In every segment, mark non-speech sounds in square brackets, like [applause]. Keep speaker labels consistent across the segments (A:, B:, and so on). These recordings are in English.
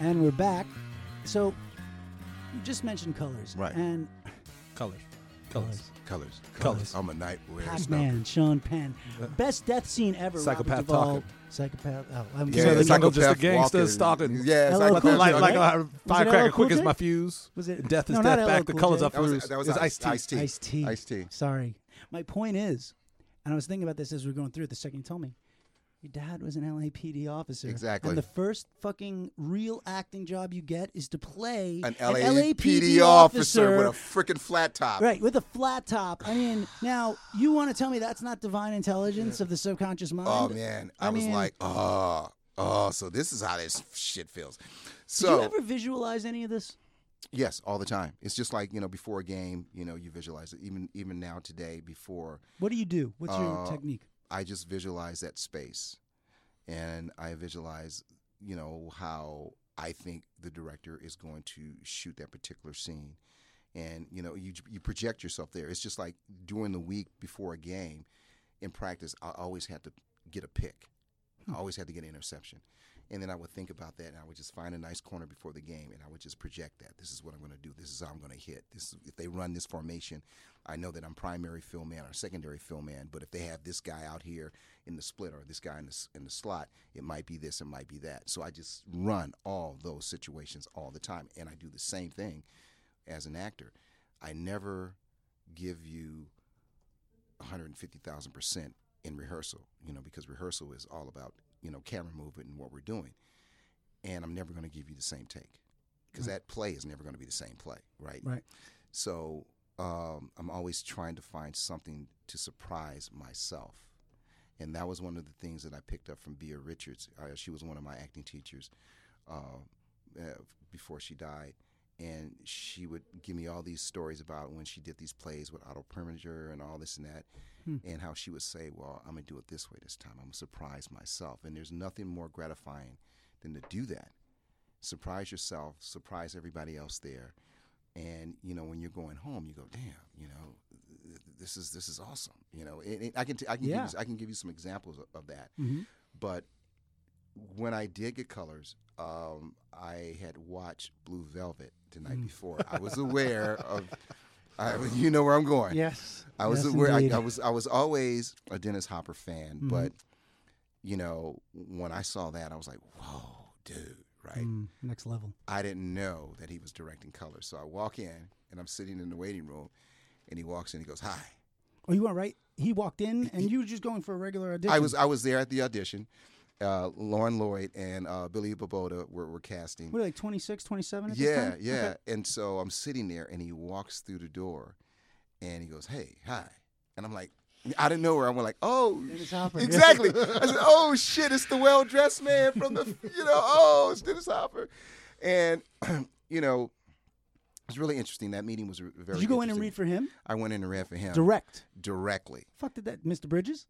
A: And we're back. So you just mentioned colors.
B: Right.
A: And
C: Colors. Colors.
B: Colors.
C: Colors.
B: I'm a night wear
A: Pac-Man, Sean Penn.
B: Uh,
A: Best death scene ever.
C: Psychopath
A: Robert Duvall.
C: talking.
A: Psychopath. Oh, I'm
C: Yeah,
A: sorry.
C: the
A: Was
C: psycho-
A: it-
C: just a gangster stalking.
B: Yeah,
A: LL
B: psycho-
A: Cool J,
C: Like, like
A: right?
C: uh,
A: LL
C: firecracker,
A: Cool
C: quick as
A: J?
C: my fuse.
A: Was it-
C: Death is
A: No, not
C: death.
A: LL
C: Back the
A: Cool
C: colors
A: J.
C: are
B: That was-
C: fused.
B: that was
C: It's
B: Ice-
C: Ice-T.
B: Ice-T. Tea.
A: Ice-T.
B: Iced tea.
A: Sorry. My point is, and I was thinking about this as we were going through it the second you told me, your dad was an LAPD officer.
B: Exactly.
A: And the first fucking real acting job you get is to play
B: an LAPD officer with a freaking flat top.
A: Right, with a flat top. I mean, now you want to tell me that's not divine intelligence of the subconscious mind?
B: Oh man,
A: I
B: I, was
A: mean-
B: like, oh, oh, so this is how this shit feels.
A: Did
B: So
A: you ever visualize any of this?
B: yes, all the time. It's just like you know, before a game, you know, you visualize it. Even even now today, before
A: What do you do? What's your
B: Uh,
A: technique?
B: I just visualize that space, and I visualize, you know, how I think the director is going to shoot that particular scene, and you know, you you project yourself there. It's just like during the week before a game, in practice, I always had to get a pick. I always had to get an interception. And then I would think about that, and I would just find a nice corner before the game, and I would just project that. This is what I'm going to do. This is how I'm going to hit. This is, if they run this formation, I know that I'm primary fill man or secondary fill man. But if they have this guy out here in the split or this guy in the s- in the slot, it might be this, it might be that. So I just run all those situations all the time, and I do the same thing as an actor. I never give you 150,000% in rehearsal, you know, because rehearsal is all about, you know, camera movement and what we're doing. And I'm never going to give you the same take because that play is never going to be the same play, right?
A: Right.
B: So um, I'm always trying to find something to surprise myself. And that was one of the things that I picked up from Bea Richards. Uh, she was one of my acting teachers uh, uh, before she died. And she would give me all these stories about when she did these plays with Otto Preminger and all this and that, and how she would say, Well, I'm going to do it this way this time. I'm going to surprise myself. And there's nothing more gratifying than to do that surprise yourself, surprise everybody else there. And you know, when you're going home, you go, "Damn, you know, th- th- this is this is awesome." You know, it, it- I can t- I can
A: Yeah.
B: give you, I can give you some examples of, of that.
A: Mhm.
B: But when I did get colors, um, I had watched Blue Velvet the
A: Mm.
B: night before.
A: [laughs]
B: I was aware of, I, you know, where I'm going.
A: Yes.
B: I was
A: yes,
B: aware. I,
A: indeed. Mm-hmm.
B: I was I was always a Dennis Hopper fan, but you know, when I saw that, I was like, "Whoa, dude!" Right?
A: Mm, next level.
B: I didn't know that he was directing color. So I walk in and I'm sitting in the waiting room and he walks in and he goes, Hi.
A: Oh, you went right. He walked in, and you were just going for a regular audition.
B: I was I was there at the audition. Uh, Lauren Lloyd and uh, Billy Boboda were, were casting.
A: What, like 26, 27 at this
B: Yeah,
A: time?
B: yeah.
A: Okay.
B: And so I'm sitting there and he walks through the door and he goes, Hey, hi. And I'm like, out of nowhere, I'm like, oh,
A: Dennis Hopper.
B: exactly. I said, oh shit, it's the well dressed man from the, you know, oh, it's Dennis Hopper. And, [clears throat] you know, it's really interesting. That meeting was very
A: Did you go in and
B: interesting.
A: read for him?
B: I went in and read for him
A: Direct.
B: directly.
A: Fuck did that, Mr. Bridges?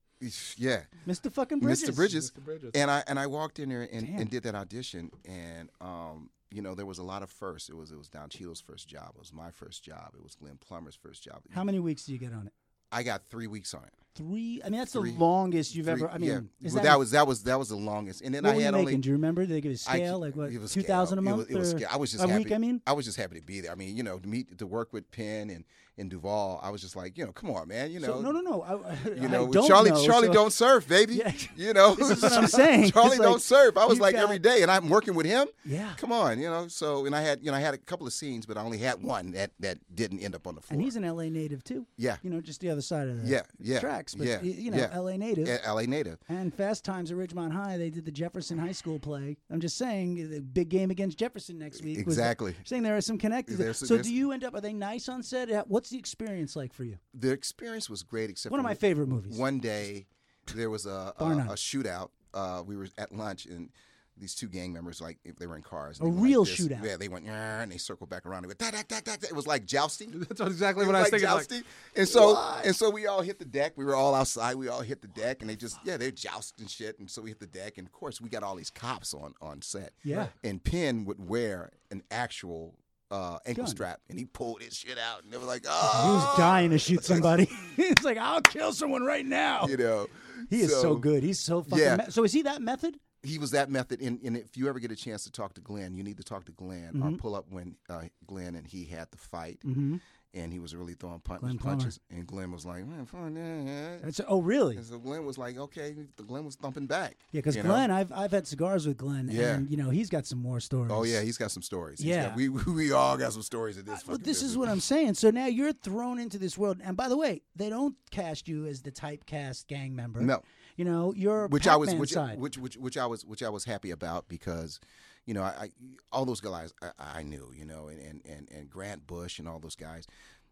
B: Yeah,
A: Mr. fucking Bridges.
B: Mr. Bridges.
C: Mr. Bridges.
B: And I and I walked in there and,
A: Damn.
B: and did that audition, and um, you know there was a lot of firsts. It was it was Don Cheadle's first job. It was my first job. It was Glenn Plummer's first job.
A: How many weeks do you get on it?
B: I got three weeks on it.
A: Three. I mean, that's
B: Three.
A: the longest you've
B: Three-
A: ever. I mean,
B: yeah.
A: is
B: Well,
A: that
B: that was that was that was the longest. And then
A: What
B: I
A: were you
B: had
A: making?
B: only
A: Do you remember? Did they give a
B: I
A: scale?
B: can't-
A: like what?
B: it was
A: Two thousand a
B: scale. It
A: month?
B: was- It was,
A: or
B: scale. I was just
A: a
B: happy.
A: week. I mean,
B: I was just happy to be there. I mean, you know, to meet to work with Penn and and Duvall. I was just like, you know, come on, man. You know,
A: so, no, no, no. I,
B: You
A: I
B: know,
A: don't
B: Charlie,
A: know,
B: Charlie
A: so-
B: don't surf, baby.
A: Yeah.
B: [laughs] You know,
A: This is what I'm saying.
B: [laughs] Charlie
A: It's like,
B: don't surf. I was
A: you've
B: like
A: got-
B: every day, and I'm working with him.
A: Yeah.
B: come on, you know. So, and I had, you know, I had a couple of scenes, but I only had one that that didn't end up on the floor.
A: And he's an LA native too.
B: Yeah.
A: You know, just the other side of the
B: Yeah, yeah,
A: tracks. But
B: yeah,
A: y- you know,
B: yeah.
A: LA native.
B: a LA native.
A: And Fast Times at Ridgemont High, they did the Jefferson High School play. I'm just saying, the big game against Jefferson next week. was-
B: Exactly.
A: saying there are some connected.
B: There's-
A: so,
B: there's-
A: do you end up? Are they nice on set? Uh, What's the experience like for you?
B: The experience was great, except
A: One of
B: for
A: my favorite movies.
B: One day, there was a a,
A: [laughs] Bar none.
B: a shootout. Uh, we were at lunch and. These two gang members, like if they were in cars,
A: A
B: and they went
A: real
B: like this.
A: shootout.
B: Yeah, they went "Nyeh," and they circled back around. And went, da, da, da, da, da. It was like jousting.
C: [laughs] That's exactly what
B: It
C: I was
B: was
C: thinking.
B: like
C: Like,
B: jousting. and so and so we all hit the deck. We were all outside. We all hit the deck, and they just yeah, they're jousting shit. And so we hit the deck, and of course we got all these cops on on set.
A: Yeah.
B: And Penn would wear an actual uh, ankle
A: Gun.
B: strap, and he pulled his shit out, and they were like,
A: He
B: oh,
A: was dying to shoot somebody.
B: [laughs]
A: [laughs] He's like, I'll kill someone right now.
B: You know,
A: He is so, good. He's so fucking.
B: Yeah.
A: me- so is he that method?
B: he was that method. And, and if you ever get a chance to talk to Glenn, you need to talk to Glenn or
A: Mhm.
B: pull up when uh, Glenn and he had the fight,
A: Mm-hmm.
B: and he was really throwing punch,
A: Glenn Plummer.
B: punches. And Glenn was like, man, fine, yeah, yeah."
A: That's, oh, really?
B: And so Glenn was like, okay. Glenn was thumping back.
A: Yeah, because
B: you know?
A: Glenn, I've I've had cigars with Glenn,
B: Yeah.
A: and you know he's got some more stories.
B: Oh yeah, he's got some stories. He's
A: Yeah.
B: got- we [laughs] we all got some stories at this.
A: Well,
B: fucking
A: this is
B: business.
A: what I'm saying. So now you're thrown into this world, and by the way, they don't cast you as the typecast gang member.
B: No.
A: you know you're
B: which
A: Pac-Man
B: I was which,
A: side.
B: which which which I was which I was happy about because, you know, I, I all those guys I, I knew, you know, and, and and and Grant Bush and all those guys,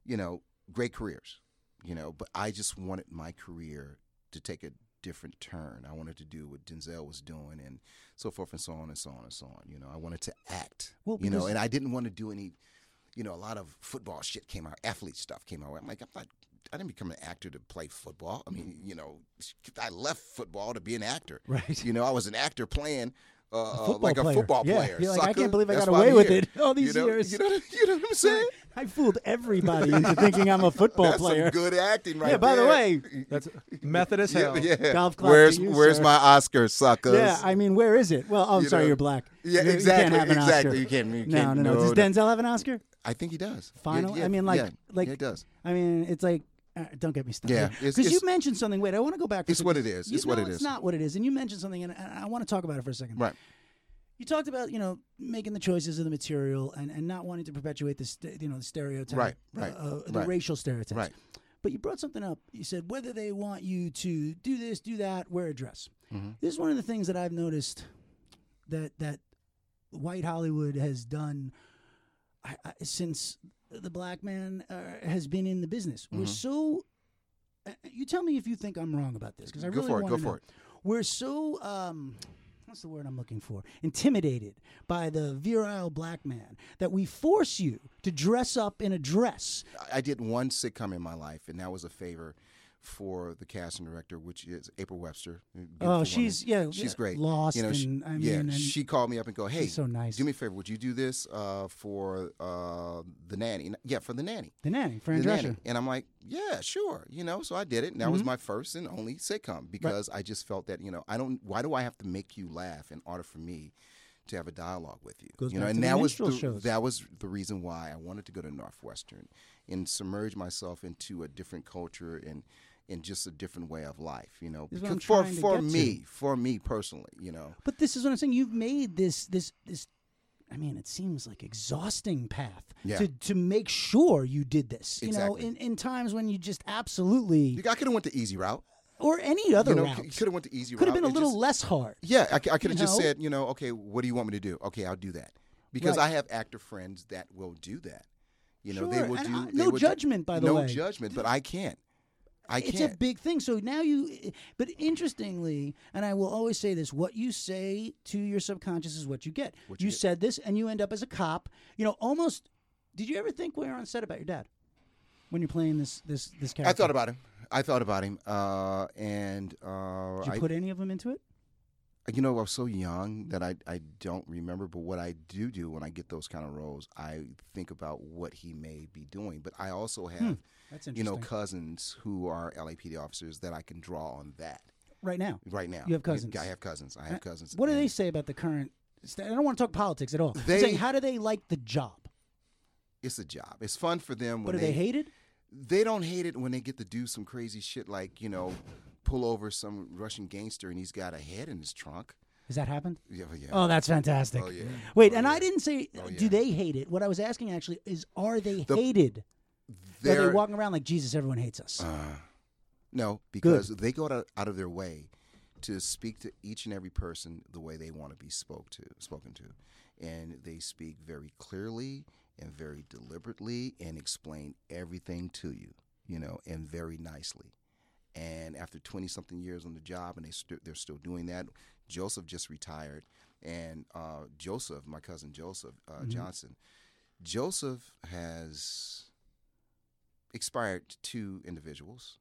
B: you know, great careers, you know, but I just wanted my career to take a different turn. I wanted to do what Denzel was doing and so forth and so on and so on and so on. You know, I wanted to act.
A: Well,
B: you know,
A: because-
B: and I didn't want to do any you know, a lot of football shit came out, athlete stuff came out. I'm like, I'm not, I didn't become an actor to play football. I mean, you know, I left football to be an actor.
A: Mm. Right.
B: You know, I was an actor playing uh, uh,
A: football
B: like a
A: player.
B: football
A: Yeah.
B: player.
A: You're like, I
B: sucker.
A: can't believe I
B: That's
A: got
B: why
A: away
B: I'm
A: with
B: here.
A: it all these
B: you know,
A: years.
B: You know,
A: [laughs]
B: you know what I'm saying?
A: [laughs] I fooled
B: [laughs]
A: everybody into thinking I'm a football
B: That's
A: player.
B: some good acting right
A: yeah. By the
B: there.
A: way,
C: [laughs] That's method as hell.
B: [laughs] Yeah, yeah.
A: Golf clap to
B: where's
A: you,
B: where's
A: sir.
B: my Oscar, suckers?
A: yeah. I mean, where is it? Well, oh, I'm
B: You
A: sorry,
B: know,
A: you're black.
B: yeah,
A: You- you can't
B: exactly,
A: have an
B: exactly.
A: Oscar.
B: You can't- you
A: no,
B: can't-
A: no, no,
B: no,
A: Does
B: no.
A: Denzel have an Oscar?
B: I think he does. Yeah,
A: Final.
B: yeah,
A: I mean, like,
B: yeah,
A: like
B: yeah, he does.
A: I mean, it's like. Uh, don't get me started.
B: Yeah, it's-
A: because you
B: it's-
A: mentioned something. Wait, I want to go back. to
B: It's what it is.
A: You
B: It's what
A: know
B: it
A: It's
B: is.
A: not what it is. And you mentioned something, and I, I want to talk about it for a second.
B: Right.
A: You talked about you know making the choices of the material and, and not wanting to perpetuate the st- you know the stereotype,
B: Right, right,
A: uh, uh, the
B: right.
A: racial stereotypes.
B: Right.
A: But you brought something up. You said whether they want you to do this, do that, wear a dress.
B: Mm-hmm.
A: This is one of the things that I've noticed that that white Hollywood has done I, I, since the black man uh, has been in the business. We're
B: Mm-hmm.
A: so. Uh, you tell me if you think I'm wrong about this because I
B: Go
A: really
B: for it,
A: wanna
B: go for
A: know.
B: it.
A: We're so. Um, What's the word I'm looking for? Intimidated by the virile black man that we force you to dress up in a dress.
B: I- I did one sitcom in my life, and that was a favor for the casting director, which is April Webster. a beautiful woman.
A: Oh, she's- yeah,
B: she's
A: yeah,
B: great.
A: Lost
B: you know, she,
A: and, I
B: yeah,
A: mean, and
B: she called me up and go, "Hey,
A: so nice.
B: Do me a favor. Would you do this uh, for uh, the nanny? And- Yeah, for the nanny."
A: The nanny, Fran
B: The
A: Drescher.
B: nanny. And I'm like, yeah, sure, you know. So I did it, and that was
A: Mm-hmm.
B: my first and only sitcom because I just felt that you know I don't. Why do I have to make you laugh in order for me to have a dialogue with you?
A: Goes
B: you know,
A: back
B: and
A: to the
B: that was
A: minstrel
B: the,
A: shows.
B: that was the reason why I wanted to go to Northwestern and submerge myself into a different culture and and just a different way of life. You know,
A: This is what I'm
B: Because for
A: trying to
B: for
A: get to.
B: me, for me personally, you know.
A: But this is what I'm saying. You've made this this this. I mean, it seems like exhausting path
B: Yeah.
A: to to make sure you did this. You
B: Exactly.
A: know, in, in times when you just absolutely
B: You- I could have went the easy route.
A: or any other
B: you know,
A: route
B: could have went the easy
A: could have
B: route.
A: been a
B: and
A: little
B: just-
A: less hard.
B: Yeah, I, could
A: You
B: have just
A: know?
B: said, you know, okay, what do you want me to do? Okay, I'll do that because
A: Right.
B: I have actor friends that will do that. You know, they
A: Sure,
B: will
A: and
B: do.
A: I-
B: they
A: no
B: will do-
A: judgment, by the
B: no
A: way.
B: judgment, but I can't. I
A: it's
B: can't.
A: a big thing. So now you, but interestingly, and I will always say this: what you say to your subconscious is what you get.
B: What
A: you
B: you get.
A: said this, and you end up as a cop. You know, almost. Did you ever think when you were on set about your dad when you're playing this this this character?
B: I thought about him. I thought about him, uh, and uh,
A: Did you
B: I,
A: put any of them into it?
B: you know, I was so young that I I don't remember. But what I do do when I get those kind of roles, I think about what he may be doing. But I also have,
A: Hmm, That's
B: you
A: interesting.
B: know, cousins who are LAPD officers that I can draw on that
A: right now.
B: right now.
A: You have
B: I-
A: cousins.
B: I have cousins. I have cousins.
A: What do
B: and-
A: they say about the current? sta- I don't want to talk politics at all. I'm
B: They-
A: saying, how do they like the job?
B: it's a job. It's fun for them
A: But
B: when
A: do they hate it?
B: they don't hate it when they get to do some crazy shit like, you know, pull over some Russian gangster and he's got a head in his trunk.
A: Has that happened?
B: Yeah, yeah.
A: Oh, that's fantastic.
B: Oh, yeah.
A: Wait,
B: Oh,
A: and I
B: yeah.
A: didn't say
B: Oh,
A: do
B: yeah.
A: they hate it. What I was asking actually is are they
B: The-
A: hated? are they
B: They're- Uh.
A: walking around like Jesus? Everyone hates us.
B: no, because they go out, out of their way to speak to each and every person the way they want to be spoke to, spoken to. And they speak very clearly and very deliberately and explain everything to you, you know, and very nicely. and after 20 something years on the job and they st- they're still doing that joseph just retired and uh, joseph my cousin joseph uh, johnson joseph has expired two individuals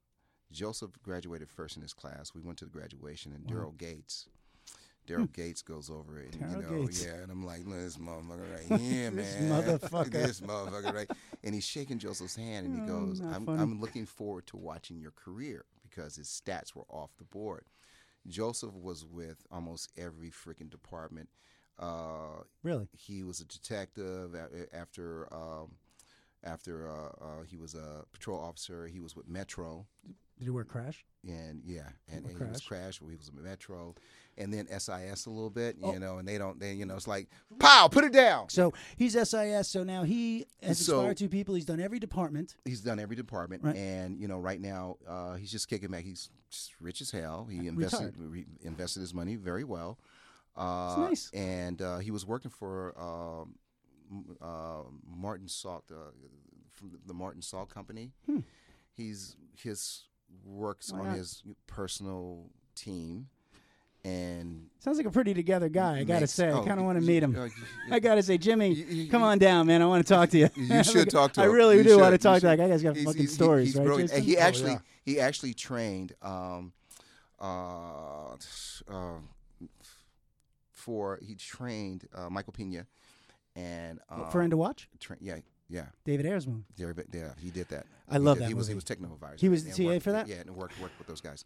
B: joseph graduated first in his class we went to the graduation and daryl gates Daryl Gates goes over it, and, you
A: Hmm. Daryl
B: know,
A: Gates.
B: yeah, and I'm like, look, at this motherfucker
A: [laughs]
B: right here,
A: This
B: man,
A: motherfucker.
B: [laughs] this motherfucker right, and he's shaking Joseph's hand, and he
A: Oh,
B: goes,
A: not
B: I'm,
A: funny.
B: I'm looking forward to watching your career because his stats were off the board. Joseph was with almost every freaking department. Uh,
A: Really?
B: he was a detective a- after um, after uh, uh, he was a patrol officer. He was with Metro,
A: Did he wear Crash?
B: and yeah, and,
A: Oh,
B: and he was crashed. He was with Metro, and then SIS a little bit, you
A: Oh.
B: know. And they don't, they you know, it's like pow, put it down.
A: So he's SIS. So now he has
B: So-
A: inspired two people. He's done every department.
B: He's done every department,
A: Right.
B: and you know, right now uh, he's just kicking back. He's just rich as hell. He invested re- invested his money very well. Uh,
A: nice.
B: And uh, he was working for um, m- uh, Martin Salt, uh, from the Martin Salt Company.
A: Hmm.
B: He's his works
A: Why
B: on
A: not?
B: his personal team, and
A: Sounds like a pretty together guy. I gotta
B: makes-
A: say,
B: oh,
A: I kind of
B: you-
A: want to
B: you-
A: meet him.
B: uh, you-
A: [laughs] I gotta say, Jimmy,
B: You- you-
A: come
B: you-
A: on down, man. I want to talk to you.
B: [laughs] You should talk
A: [laughs]
B: to
A: I
B: him.
A: really
B: You
A: do
B: should.
A: want to
B: You
A: talk.
B: should.
A: Like I guys got
B: he's-
A: fucking
B: he's- he-
A: stories,
B: he's
A: right?
B: brilliant. And
A: Jason?
B: he
A: Oh,
B: actually
A: yeah.
B: he actually trained um, uh, uh, for he trained uh, Michael Pena and um,
A: for him to watch.
B: tra- yeah yeah
A: David Ayers movie.
B: There, but yeah, he did that.
A: I
B: He
A: love
B: did-
A: that
B: He was he
A: movie.
B: was technical advisor.
A: He was the
B: and
A: TA
B: worked-
A: for that?
B: Yeah, and worked worked with those guys.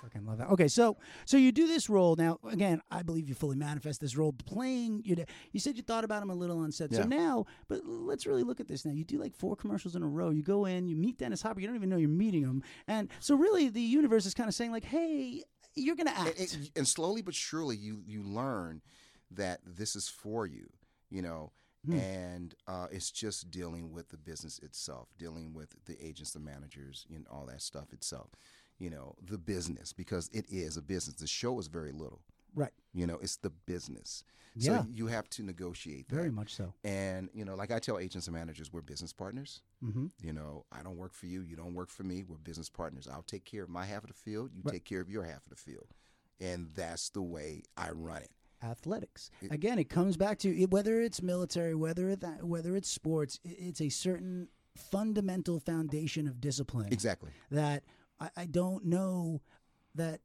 A: Fucking love that. Okay, so so you do this role now. Again, I believe you fully manifest this role playing. You you said you thought about him a little on set. So
B: Yeah.
A: now, but let's really look at this now. You do like four commercials in a row. You go in, you meet Dennis Hopper. You don't even know you're meeting him, and so really the universe is kind of saying like, hey, you're gonna
B: And,
A: act.
B: and, and slowly but surely, you you learn that this is for you. You know.
A: Hmm.
B: And uh, it's just dealing with the business itself, dealing with the agents, the managers, and all that stuff itself. You know, the business because it is a business. The show is very little.
A: right.
B: You know, it's the business.
A: Yeah.
B: So you have to negotiate that.
A: Very much so.
B: And you know, like I tell agents and managers, we're business partners.
A: Mm-hmm.
B: You know, I don't work for you. You don't work for me. We're business partners. I'll take care of my half of the field. You
A: Right.
B: take care of your half of the field. And that's the way I run it.
A: athletics.
B: It-
A: Again, it comes back to it- whether it's military, whether it that, whether it's sports. i- It's a certain fundamental foundation of discipline
B: Exactly.
A: that I, I don't know that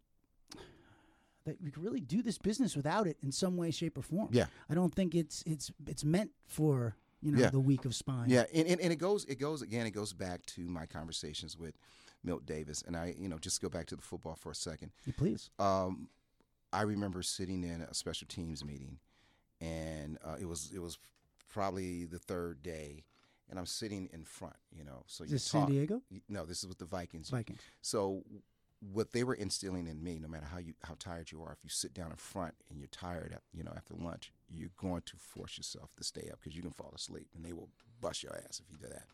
A: that we could really do this business without it in some way, shape, or form.
B: Yeah.
A: I don't think it's it's it's meant for you know
B: Yeah.
A: the weak of spine.
B: Yeah. And, and, and it goes it goes again, it goes back to my conversations with Milt Davis. And I, you know, just go back to the football for a second.
A: You please.
B: Um, I remember sitting in a special teams meeting, and uh, it was it was probably the third day, and I'm sitting in front, you know. So
A: Is
B: you
A: this San
B: talk-
A: Diego
B: you- No, this is with the Vikings.
A: Vikings?
B: So what they were instilling in me, no matter how you how tired you are, if you sit down in front and you're tired, at, you know, after lunch, you're going to force yourself to stay up because you can fall asleep, and they will bust your ass if you do that.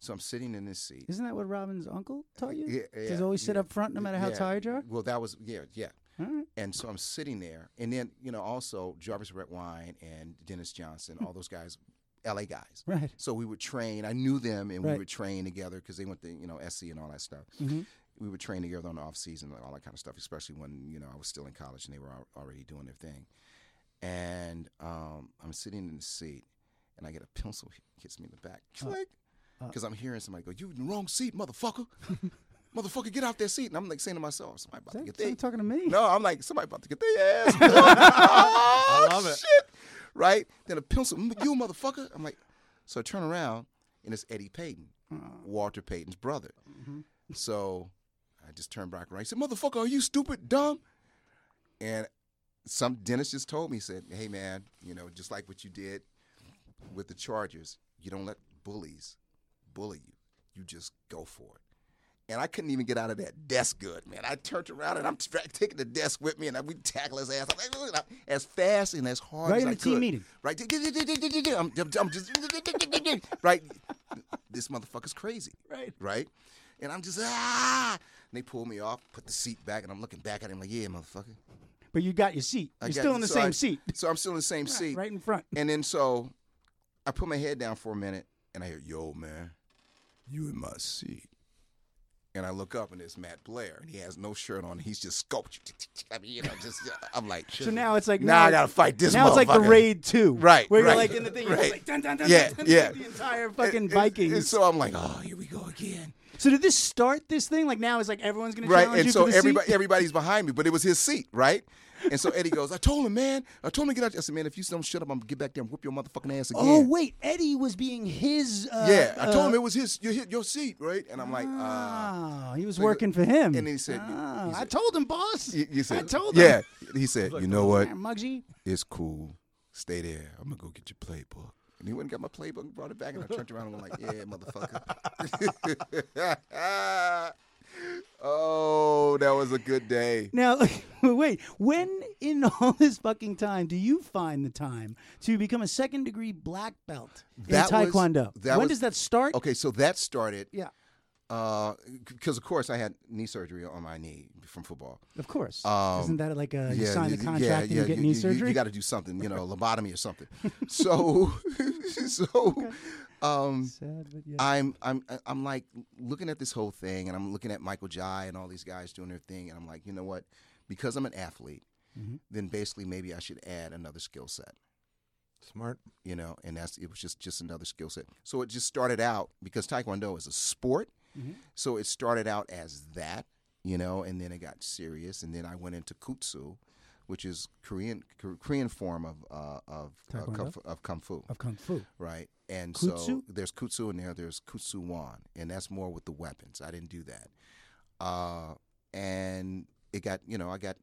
B: So I'm sitting in this seat.
A: Isn't that what Robin's uncle taught you?
B: Yeah,
A: Just always sit
B: yeah,
A: up front no matter how
B: yeah.
A: tired you are.
B: Well, that was yeah, yeah.
A: All right.
B: And so I'm sitting there, and then you know, also Jarvis Redwine and Dennis Johnson, all those guys, L.A. guys.
A: Right.
B: So we would train. I knew them, and
A: Right.
B: we would train together because they went to you know SC and all that stuff.
A: Mhm.
B: We would train together on the off season and all that kind of stuff, especially when you know I was still in college and they were al- already doing their thing. And um, I'm sitting in the seat, and I get a [laughs] pencil hit- hits me in the back,
A: Uh,
B: click,
A: uh.
B: because I'm hearing somebody go, "You in the wrong seat, motherfucker, [laughs] motherfucker, get out that seat!" And I'm like saying to myself, "Somebody about
A: Is
B: to
A: that-
B: get
A: is that
B: their
A: talking to me?
B: [laughs] no, I'm like, somebody about to get their ass.
C: [laughs]
B: whooped. oh,
C: I love it.
B: Shit. Right? Then a pencil, "M- you motherfucker. I'm like, so I turn around and it's Eddie Payton,
C: Oh.
B: Walter Payton's brother.
C: Mm-hmm.
B: So I just turned back around. He said, motherfucker, are you stupid, dumb? And some dentist just told me, he said, hey man, you know, just like what you did with the Chargers, you don't let bullies bully you. You just go for it and I couldn't even get out of that desk good, man. I turned around and I'm tra- taking the desk with me, and I, we tackle his ass I'm like, as fast and as hard
A: Right
B: as
A: in
B: I
A: the team
B: could.
A: meeting.
B: Right, I'm, I'm just right. This motherfucker's crazy,
A: Right.
B: right? And I'm just ah. And they pull me off, put the seat back, and I'm looking back at him like, yeah, motherfucker.
A: But you got your seat.
B: I
A: You're
B: got
A: still
B: you.
A: in the
B: So
A: same
B: I-
A: seat.
B: So I'm still in the same seat,
A: Right in front.
B: and then so I put my head down for a minute and I hear, yo, man, you in my seat. And I look up and it's Matt Blair and he has no shirt on. He's just sculpted. [laughs] I mean, you know, just, I'm like,
A: So now it's like
B: now I
A: it's-
B: gotta fight this
A: Now it's like the
B: motherfucker.
A: raid two,
B: Right,
A: Where you're
B: right,
A: like in the thing, you're just
B: right.
A: like dun, dun, dun,
B: Yeah,
A: dun, dun,
B: yeah.
A: the entire fucking
B: And-
A: Vikings.
B: And so I'm like, oh, here we go again.
A: so did this start this thing? Like now it's like everyone's gonna
B: Right.
A: challenge
B: And
A: you
B: so
A: for the seat?
B: everybody, everybody's behind me, but it was his seat, right? And so Eddie goes, I told him, man. I told him to get out. I said, man, if you don't shut up, I'm gonna get back there and whoop your motherfucking ass again.
A: Oh wait, Eddie was being his. Uh,
B: yeah, I told
A: uh,
B: him it was his your, your seat, right? And I'm like, uh,
A: Ah, he was
B: so he go-
A: working for him.
B: and then he said- he
A: Ah, I
B: said-
A: told him, boss.
B: you, you said,
A: I told him.
B: yeah. He said, you know what?
A: "Ah, Muggsy.
B: It's cool. Stay there. I'm gonna go get your playbook. And he went and got my playbook and brought it back, and I turned around and I'm like, yeah, motherfucker. [laughs] oh, that was a good day.
A: Now, [laughs] wait. When in [laughs] all this fucking time do you find the time to become a second degree black belt in
B: That was-
A: Taekwondo?
B: that
A: when does
B: was-
A: that start?
B: Okay, so that started
A: Yeah,
B: because, of course, I had knee surgery on my knee from football.
A: of course.
B: Um,
A: Isn't that like a Uh, you sign
B: y-
A: the
B: y-
A: contract and you get
B: you-
A: knee
B: you- you-
A: surgery?
B: You, got to do something, you know,
A: [laughs]
B: a lobotomy or something. So, [laughs] so, um,
A: Sad, but yeah.
B: I'm I'm I'm like looking at this whole thing, and I'm looking at Michael Jai and all these guys doing their thing, and I'm like, you know what? Because I'm an athlete,
A: Mhm.
B: then basically maybe I should add another skill set,
C: Smart.
B: you know. And that's it was just just another skill set. So it just started out because Taekwondo is a sport,
A: Mhm.
B: so it started out as that, you know, and then it got serious, and then I went into kutsu, which is Korean Korean form of uh, of of kung,
A: Taekwondo?
B: fu- of kung fu
A: of kung fu.
B: right? And
A: Kutsu?
B: so there's kutsu in there. There's kutsu wan, and that's more with the weapons. I didn't do that. Uh, and it got you know I got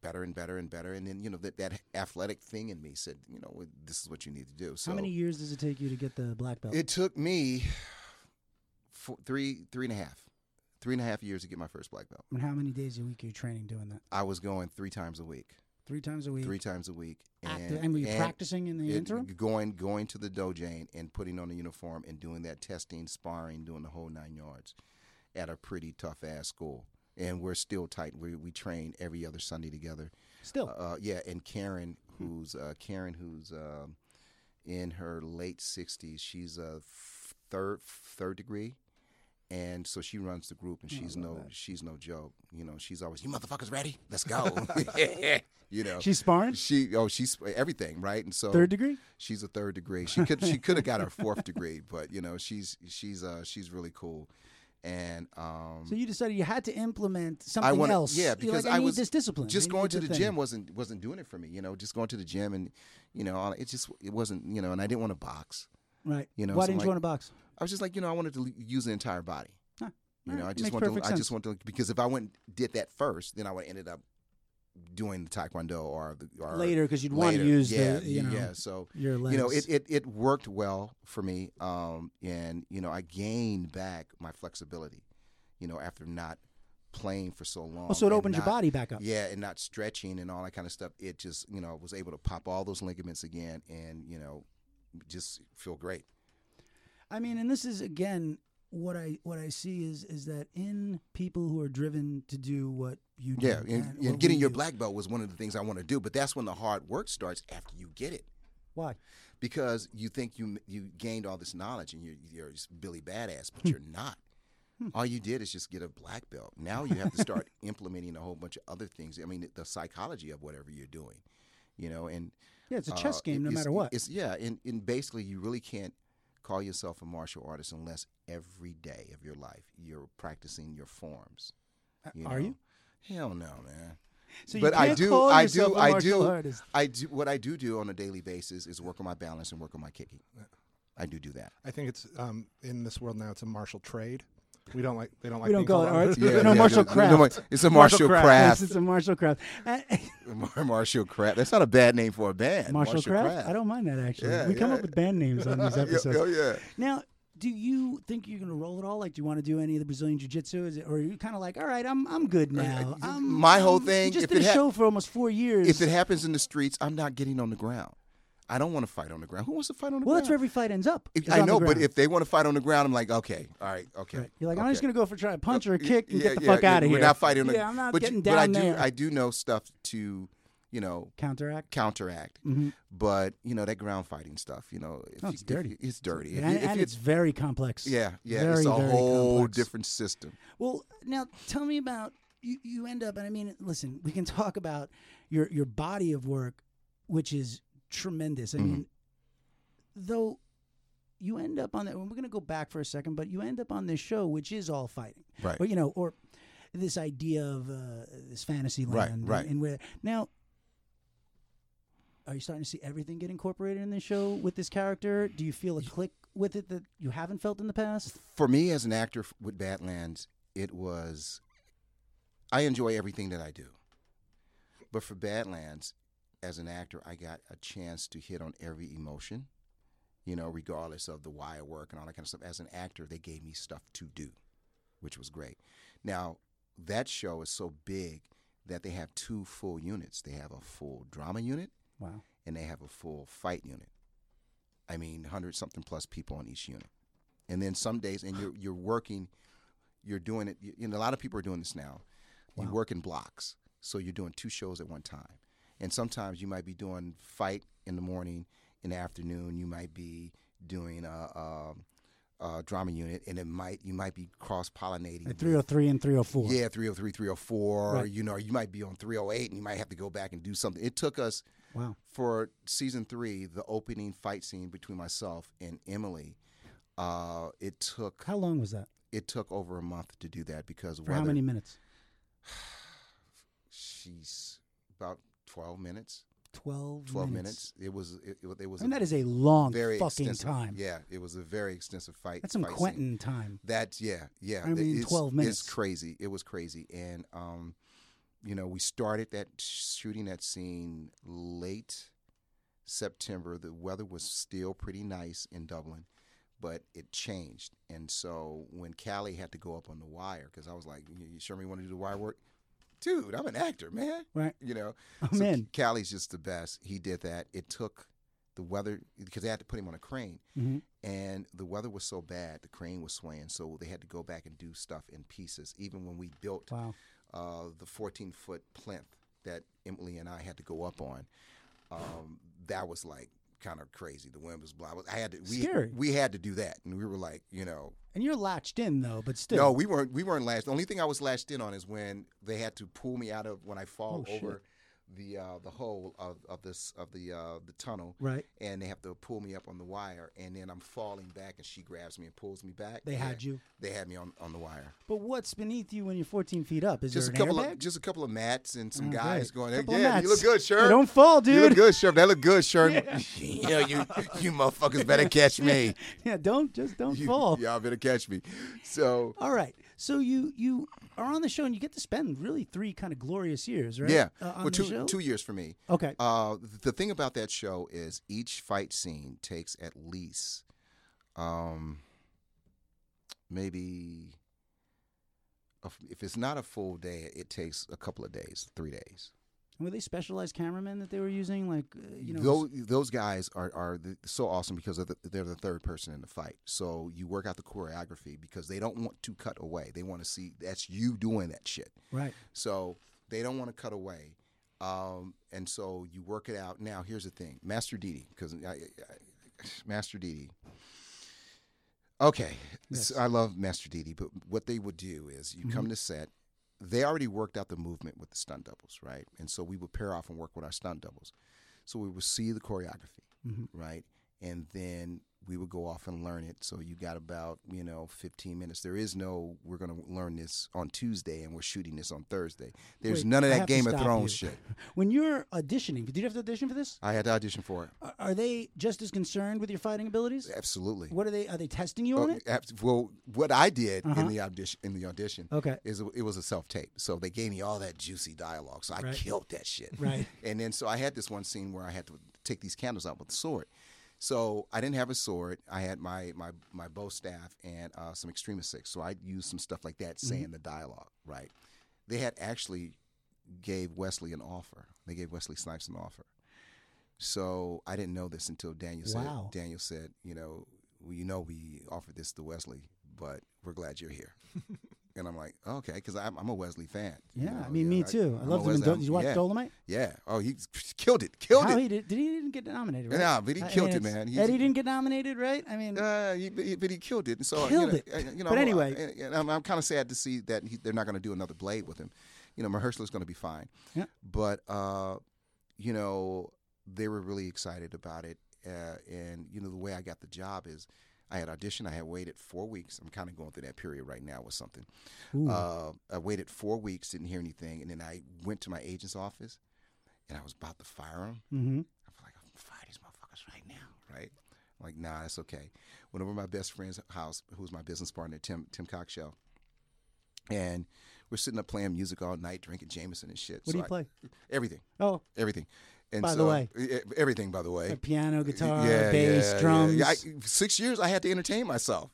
B: better and better and better, and then you know that that athletic thing in me said you know well, this is what you need to do. So
A: How many years does it take you to get the black belt?
B: it took me four, three three and a half three and a half years to get my first black belt.
A: and how many days a week are you training doing that?
B: I was going three times a week,
A: Three times a week.
B: three times a week,
A: active, and were you
B: and-
A: practicing in the
B: it-
A: interim?
B: Going going to the dojane and putting on a uniform and doing that testing, sparring, doing the whole nine yards at a pretty tough ass school. And we're still tight. We we train every other Sunday together.
A: Still.
B: Uh, yeah, and Karen,
A: Hmm.
B: who's uh, Karen, who's um, in her late sixties. She's a f- third third degree, and so she runs the group. And
A: Oh, I
B: she's
A: love
B: no
A: that.
B: she's no joke. You know, she's always you motherfuckers ready? Let's go.
A: [laughs]
B: [laughs] you know,
A: She's sparring?
B: she oh she's everything right. And so
A: Third degree?
B: she's a third degree. She could she could have got her fourth degree, but you know she's she's uh she's really cool, and um
A: So you decided you had to implement something
B: wanna-
A: else.
B: yeah,
A: You're
B: because
A: like,
B: I
A: need
B: was
A: this discipline.
B: just
A: I
B: going
A: need
B: to
A: the
B: the
A: thing.
B: gym wasn't wasn't doing it for me. You know, just going to the gym and you know it just it wasn't you know, and I didn't want to box.
A: Right.
B: you know,
A: Why
B: so
A: didn't
B: like-
A: you want to box?
B: I was just like you know I wanted to l- use the entire body.
A: Huh.
B: You know,
A: Alright,
B: I just
A: makes
B: want to.
A: perfect
B: I just
A: sense.
B: want to because if I went did that first, then I would have ended up doing the taekwondo or the or
A: Later, because you'd want to
B: later.
A: use
B: yeah,
A: the, you know,
B: yeah. So
A: your legs.
B: you know it, it, it worked well for me um, and you know i gained back my flexibility you know after not playing for so long
A: oh, so it
B: and
A: opens your
B: not-
A: body back up.
B: yeah and not stretching and all that kind of stuff it just you know I was able to pop all those ligaments again and you know just feel great
A: I mean, and this is again what I what I see is is that in people who are driven to do what you do.
B: yeah and,
A: and
B: and
A: what we
B: getting your
A: do.
B: black belt was one of the things i want to do but that's when the hard work starts after you get it
A: Why?
B: because you think you you gained all this knowledge and you're you're just Billy Badass, but you're not. All you did is just get a black belt. Now you have to start [laughs] implementing a whole bunch of other things. I mean, the psychology of whatever you're doing, you know, and
A: Yeah, it's a
B: uh,
A: chess game, no
B: it's-
A: matter what.
B: It's yeah, and, and basically you really can't call yourself a martial artist unless every day of your life you're practicing your forms.
A: Uh, Are
B: know?
A: you?
B: Hell no, man.
A: So you
B: but I
A: can't
B: do,
A: call
B: I
A: yourself
B: do,
A: a
B: I
A: martial
B: do,
A: artist.
B: I do. What I do do on a daily basis is work on my balance and work on my kicking. I do do that. [laughs]
C: I think it's um, in this world now. It's a martial trade. We don't like. They don't like.
A: We don't
C: being
A: call
C: called
A: it
C: on [laughs]
A: arts.
C: it.
A: Yeah, [laughs] No, yeah, martial yeah. craft.
B: mar- it's a martial
C: Martial craft.
A: Yes,
B: craft.
A: it's a martial craft. And-
B: martial craft. That's not a bad name for a band.
A: Martial craft? I don't mind that actually.
B: Yeah,
A: we come
B: yeah.
A: up with band names on these
B: Yeah,
A: episodes.
B: Oh yeah.
A: Now, do you think you're going to roll it all? Like, do you want to do any of the Brazilian Jiu Jitsu? Is it, or are you kind of like, all right, I'm I'm good now.
B: I-
A: I'm-
B: my whole
A: I'm-
B: thing,
A: You just
B: if
A: did
B: it
A: a
B: ha-
A: show for almost four years.
B: If it happens in the streets, I'm not getting on the ground. I don't want to fight on the ground. Who wants to fight on the
A: well, that's
B: ground?
A: where every fight ends up.
B: If-
A: is
B: I
A: on the
B: know, but
A: ground.
B: if they want to fight on the ground, I'm like, okay, all right, okay.
A: Right. you're like, I'm
B: okay.
A: just going to go for try a punch or a kick and
B: yeah,
A: get the
B: yeah,
A: fuck
B: yeah,
A: out of here.
B: We're not fighting. on the-
A: Yeah, I'm not
B: but,
A: getting
B: But I
A: down
B: do,
A: there.
B: I do know stuff to, you know,
A: Counteract.
B: counteract. But you know that ground fighting stuff. You know, if
A: Mm-hmm. Oh,
B: you-
A: it's
B: if
A: dirty.
B: you- it's dirty. If
A: And,
B: you- if
A: and
B: you-
A: it's very complex.
B: yeah, yeah.
A: very,
B: it's a
A: very
B: whole
A: complex.
B: different system.
A: Well, now tell me about you. You end up, and I mean, listen, we can talk about your your body of work, which is tremendous. I
B: Mm-hmm.
A: mean, though you end up on that. Well, we're going to go back for a second, but you end up on this show, which is all fighting,
B: Right.
A: Or you know, or this idea of uh, this fantasy
B: Right,
A: land,
B: right.
A: And where now are you starting to see everything get incorporated in this show with this character? Do you feel a click with it that you haven't felt in the past?
B: for me as an actor f- with Badlands, it was I enjoy everything that I do. But for Badlands, as an actor, I got a chance to hit on every emotion, you know, regardless of the wire work and all that kind of stuff. As an actor, they gave me stuff to do, which was great. Now, that show is so big that they have two full units. They have a full drama unit
A: Wow.
B: and they have a full fight unit. I mean, hundred something plus people on each unit, and then some days, and you're you're working, you're doing it. You, you know, a lot of people are doing this now. You work in blocks, so you're doing two shows at one time, and sometimes you might be doing fight in the morning, in the afternoon, you might be doing a. um uh, drama unit, and it might you might be cross pollinating.
A: At 303 and 304.
B: Yeah, 303, 304.
A: Right.
B: You know, you might be on 308 and you might have to go back and do something. It took us
A: Wow.
B: for season three, the opening fight scene between myself and Emily. Uh, it took
A: How long was that?
B: it took over a month to do that because
A: For how many minutes?
B: she's about twelve minutes,
A: 12,
B: twelve minutes. It was it, it, was- it was
A: I mean,
B: a
A: that is a long
B: very
A: fucking
B: extensive,
A: time.
B: Yeah, it was a very extensive fight.
A: That's some
B: fight scene.
A: Quentin time.
B: That's yeah, yeah.
A: I mean,
B: it's,
A: 12 minutes.
B: It's crazy. It was crazy, and um, you know, we started that shooting that scene late September. The weather was still pretty nice in Dublin, but it changed, and so when Callie had to go up on the wire, because I was like, "You you sure we want to do the wire work?" Dude, I'm an actor, man.
A: Right. [laughs]
B: You know,
A: I'm
B: so
A: in.
B: Callie's just the best. He did that. It took the weather because they had to put him on a crane,
A: Mhm.
B: and the weather was so bad, the crane was swaying, so they had to go back and do stuff in pieces. Even when we built
A: Wow.
B: uh, the 14 foot plinth that Emily and I had to go up on, um, that was like kind of crazy. The wind was blowing. I had to we
A: Scary.
B: we had to do that, and we were like, you know,
A: And you're latched in, though, but still.
B: no, we weren't. We weren't lashed. The only thing I was lashed in on is when they had to pull me out of when I fall
A: Oh, shit.
B: over the uh, the hole of, of this of the uh, the tunnel,
A: Right.
B: and they have to pull me up on the wire, and then I'm falling back, and she grabs me and pulls me back.
A: They had you.
B: They had me on, on the wire.
A: But what's beneath you when you're 14 feet up? Is
B: Just a
A: there an
B: couple
A: airbag?
B: of just a couple of mats and some
A: Oh,
B: guys
A: great.
B: going.
A: Couple of
B: yeah,
A: mats.
B: you look good,
A: Yeah,
B: shirt.
A: don't fall,
B: You look
A: dude.
B: good, shirt. That look good, shirt. [laughs] you know, you you motherfuckers
A: [laughs]
B: better catch me.
A: Yeah, don't just don't
B: [laughs] You,
A: fall.
B: Y'all better catch me. So
A: All right. So you you are on the show and you get to spend really three kind of glorious years, right?
B: yeah,
A: Uh, on
B: well,
A: the
B: two
A: show?
B: two years for me.
A: Okay.
B: Uh, the thing about that show is each fight scene takes at least, um, maybe, a f if it's not a full day, it takes a couple of days, three days.
A: Were they specialized cameramen that they were using? Like, uh, you know,
B: those, those guys are are the, so awesome because of the, they're the third person in the fight. So you work out the choreography because they don't want to cut away. They want to see that's you doing that shit.
A: right?
B: So they don't want to cut away. Um, and so you work it out. Now, here's the thing Master Didi, because I, I, I- Master Didi. Okay,
A: Yes. Mm-hmm.
B: so I love Master Didi, but what they would do is you come to set. They already worked out the movement with the stunt doubles, right? And so we would pair off and work with our stunt doubles. So we would see the choreography,
A: Mhm.
B: right? And then we would go off and learn it. So you got about, you know, 15 minutes. There is no, we're going to learn this on Tuesday and we're shooting this on Thursday. There's
A: Wait,
B: none
A: I
B: of that
A: have to
B: Game of
A: stop
B: Thrones
A: you.
B: shit.
A: When you're auditioning, did you have to audition for this?
B: I had to audition for it.
A: Are- Are they just as concerned with your fighting abilities?
B: Absolutely.
A: What are they? Are they testing you on
B: Oh,
A: it?
B: abs- Well, what I did
A: Uh-huh.
B: in the audition, in the audition,
A: Okay.
B: is it was a self tape. So they gave me all that juicy dialogue. So I
A: Right.
B: killed that shit.
A: Right.
B: [laughs] And then so I had this one scene where I had to take these candles out with a sword. So I didn't have a sword. I had my my my bow staff and uh, some extremist six. So I used some stuff like that,
A: Mm-hmm.
B: saying the dialogue. Right. They had actually gave Wesley an offer. They gave Wesley Snipes an offer. So I didn't know this until Daniel
A: Wow.
B: said. Daniel said, you know, well, you know, we offered this to Wesley, but we're glad you're here. and I'm like, okay, because I'm, I'm a Wesley fan. you
A: Yeah,
B: know,
A: I mean, me too. I
B: I'm a
A: love them. In
B: Wesley-
A: Dol- did you watch
B: yeah,
A: Dolomite?
B: Yeah. Oh, he [laughs] killed it. Killed
A: How
B: it.
A: he did? Did he didn't get nominated? Right?
B: Nah, but he
A: I- I
B: killed
A: mean,
B: it,
A: it's-
B: man. He's-
A: Eddie didn't get nominated, right? I mean,
B: Uh, he, but he- but he killed it. And so
A: Killed
B: you know,
A: it.
B: uh, You know,
A: But
B: I'm-
A: anyway.
B: I, am I'm kind of sad to see that he, they're not going to do another Blade with him. You know, Mahershala's going to be fine.
A: Yeah.
B: But uh, you know, they were really excited about it, uh, and you know, the way I got the job is. I had auditioned. I had waited four weeks. I'm kind of going through that period right now with something.
A: Ooh.
B: Uh, I waited four weeks, didn't hear anything, and then I went to my agent's office, and I was about to fire him.
A: mhm.
B: I right? I'm like, nah, that's okay. Went over to my best friend's house, who's my business partner, Tim Tim Cockshell, and we're sitting up playing music all night, drinking Jameson and shit.
A: What do
B: So
A: you
B: I-
A: play?
B: Everything,
A: Oh,
B: everything. And
A: By the
B: so-
A: way.
B: e- everything. By the way,
A: a piano, guitar,
B: yeah,
A: bass,
B: yeah,
A: drums.
B: Yeah. I, six years, I had to entertain myself.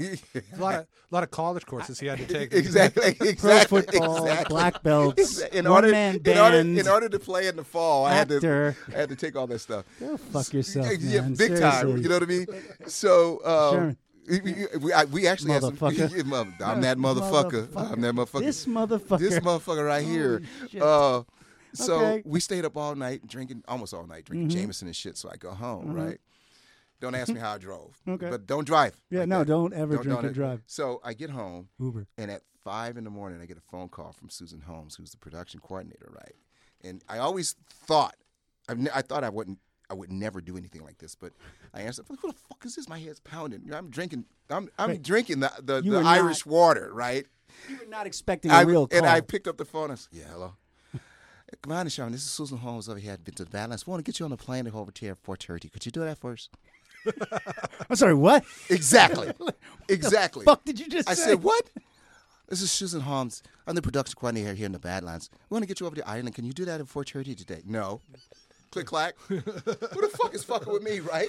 C: A lot of a lot of college courses he [laughs] had to
B: [laughs]
C: take.
B: exactly, exactly,
A: Pro football,
B: exactly.
A: black belts,
B: [laughs] In
A: one
B: order,
A: man
B: in order,
A: band,
B: in order to play in the fall, I had to,
A: actor.
B: I had to take all that stuff.
A: Go fuck yourself,
B: Yeah, yeah,
A: man.
B: big time.
A: Seriously.
B: You know what I mean? So, um,
A: Sherman.
B: we, we, I- we actually had some.
A: Motherfucker.
B: [laughs] Yeah, mother- I'm that motherfucker. I'm that motherfucker.
A: This motherfucker.
B: This motherfucker right here.
A: shit.
B: Uh, so
A: Okay. Mm-hmm.
B: we stayed up all night drinking, almost all night drinking Jameson and shit. So I go home, right? Don't ask me how I drove.
A: Okay.
B: But don't drive.
A: [laughs] yeah,
B: like
A: no,
B: that.
A: don't ever
B: Don't-
A: drink
B: don't-
A: or drive.
B: So I get home,
A: Uber.
B: and at five in the morning, I get a phone call from Susan Holmes, who's the production coordinator, right? And I always thought, I've ne- I thought I wouldn't, I would never do anything like this, but I answered, "Who the fuck is this? My head's pounding. You know, I'm drinking, I'm, I'm
A: Right.
B: drinking the the,
A: You
B: the
A: were not-
B: Irish water, right?
A: You were not expecting a
B: I,
A: real call. [laughs]
B: and I picked up the phone. I said, "Yeah, hello." [laughs] Come on, Sean. This is Susan Holmes over here at Vintage Balance. We want to get you on the plane to go over here at four thirty. Could you do
A: [laughs]
B: that first?
A: am sorry, what?
B: Exactly. exactly.
A: Fuck did you just
B: I
A: say?
B: said, "What?" This is Susan Holmes. I'm the production coordinator here in the Badlands. We want to get you over to Ireland. Can you do that at 4:30 today? No. Click clack. Who the fuck is fucking with me, right?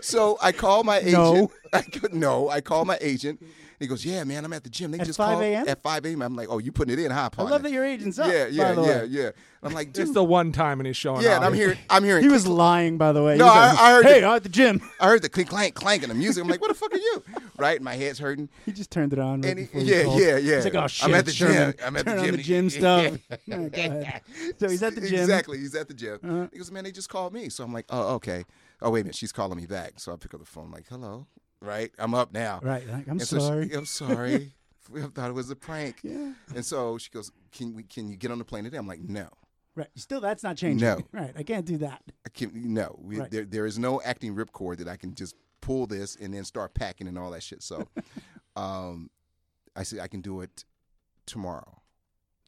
B: So I call my agent. [laughs]
A: No.
B: I go, no. I call my agent. He goes, "Yeah, man, I'm at the gym. They
A: At
B: just
A: 5
B: called
A: a.m.?
B: at 5 a.m. I'm like, "Oh, you putting it in, huh,
A: I
B: partner?"
A: love that your agent's up.
B: yeah, yeah,
A: by the
B: yeah,
A: way.
B: yeah. I'm like,
C: It's
B: dude,
C: the one time and he's showing
B: yeah.
C: off.
B: And
A: [laughs]
B: I'm hearing, I'm hearing.
A: He was lying, by the way.
B: No,
A: He was
B: I-
A: like,
B: I heard
A: Hey,
B: it.
A: I'm at the gym. [laughs]
B: I heard the clink clank clank in the music. I'm like, "What the fuck are you?" Right? My head's hurting.
A: He just turned it on. Right
B: And he-
A: before you
B: yeah,
A: called.
B: yeah, yeah.
A: He's like, oh
B: I'm
A: shit,
B: at the gym.
A: Sherman,
B: I'm at the
A: turn on
B: gym.
A: the
B: [laughs]
A: gym stuff. [laughs] All right, go ahead. So [laughs] he's at the gym. Uh-huh.
B: Exactly. He's at the gym. He goes, man, they just called me. So I'm like, oh, okay. Oh, wait a minute. She's calling me back. So I pick up the phone. like, hello. Right. I'm up now.
A: Right. Like, I'm
B: And so she-
A: sorry. [laughs]
B: I'm sorry. [laughs] I thought it was a prank.
A: Yeah.
B: And so she goes, can we? Can you get on the plane today? I'm like, no.
A: Right. Still, that's not changing.
B: No.
A: [laughs] Right. I can't do that.
B: I can't. No. We,
A: Right.
B: there, there is no acting ripcord that I can just pull this and then start packing and all that shit. So,
A: [laughs]
B: um, I said I can do it tomorrow.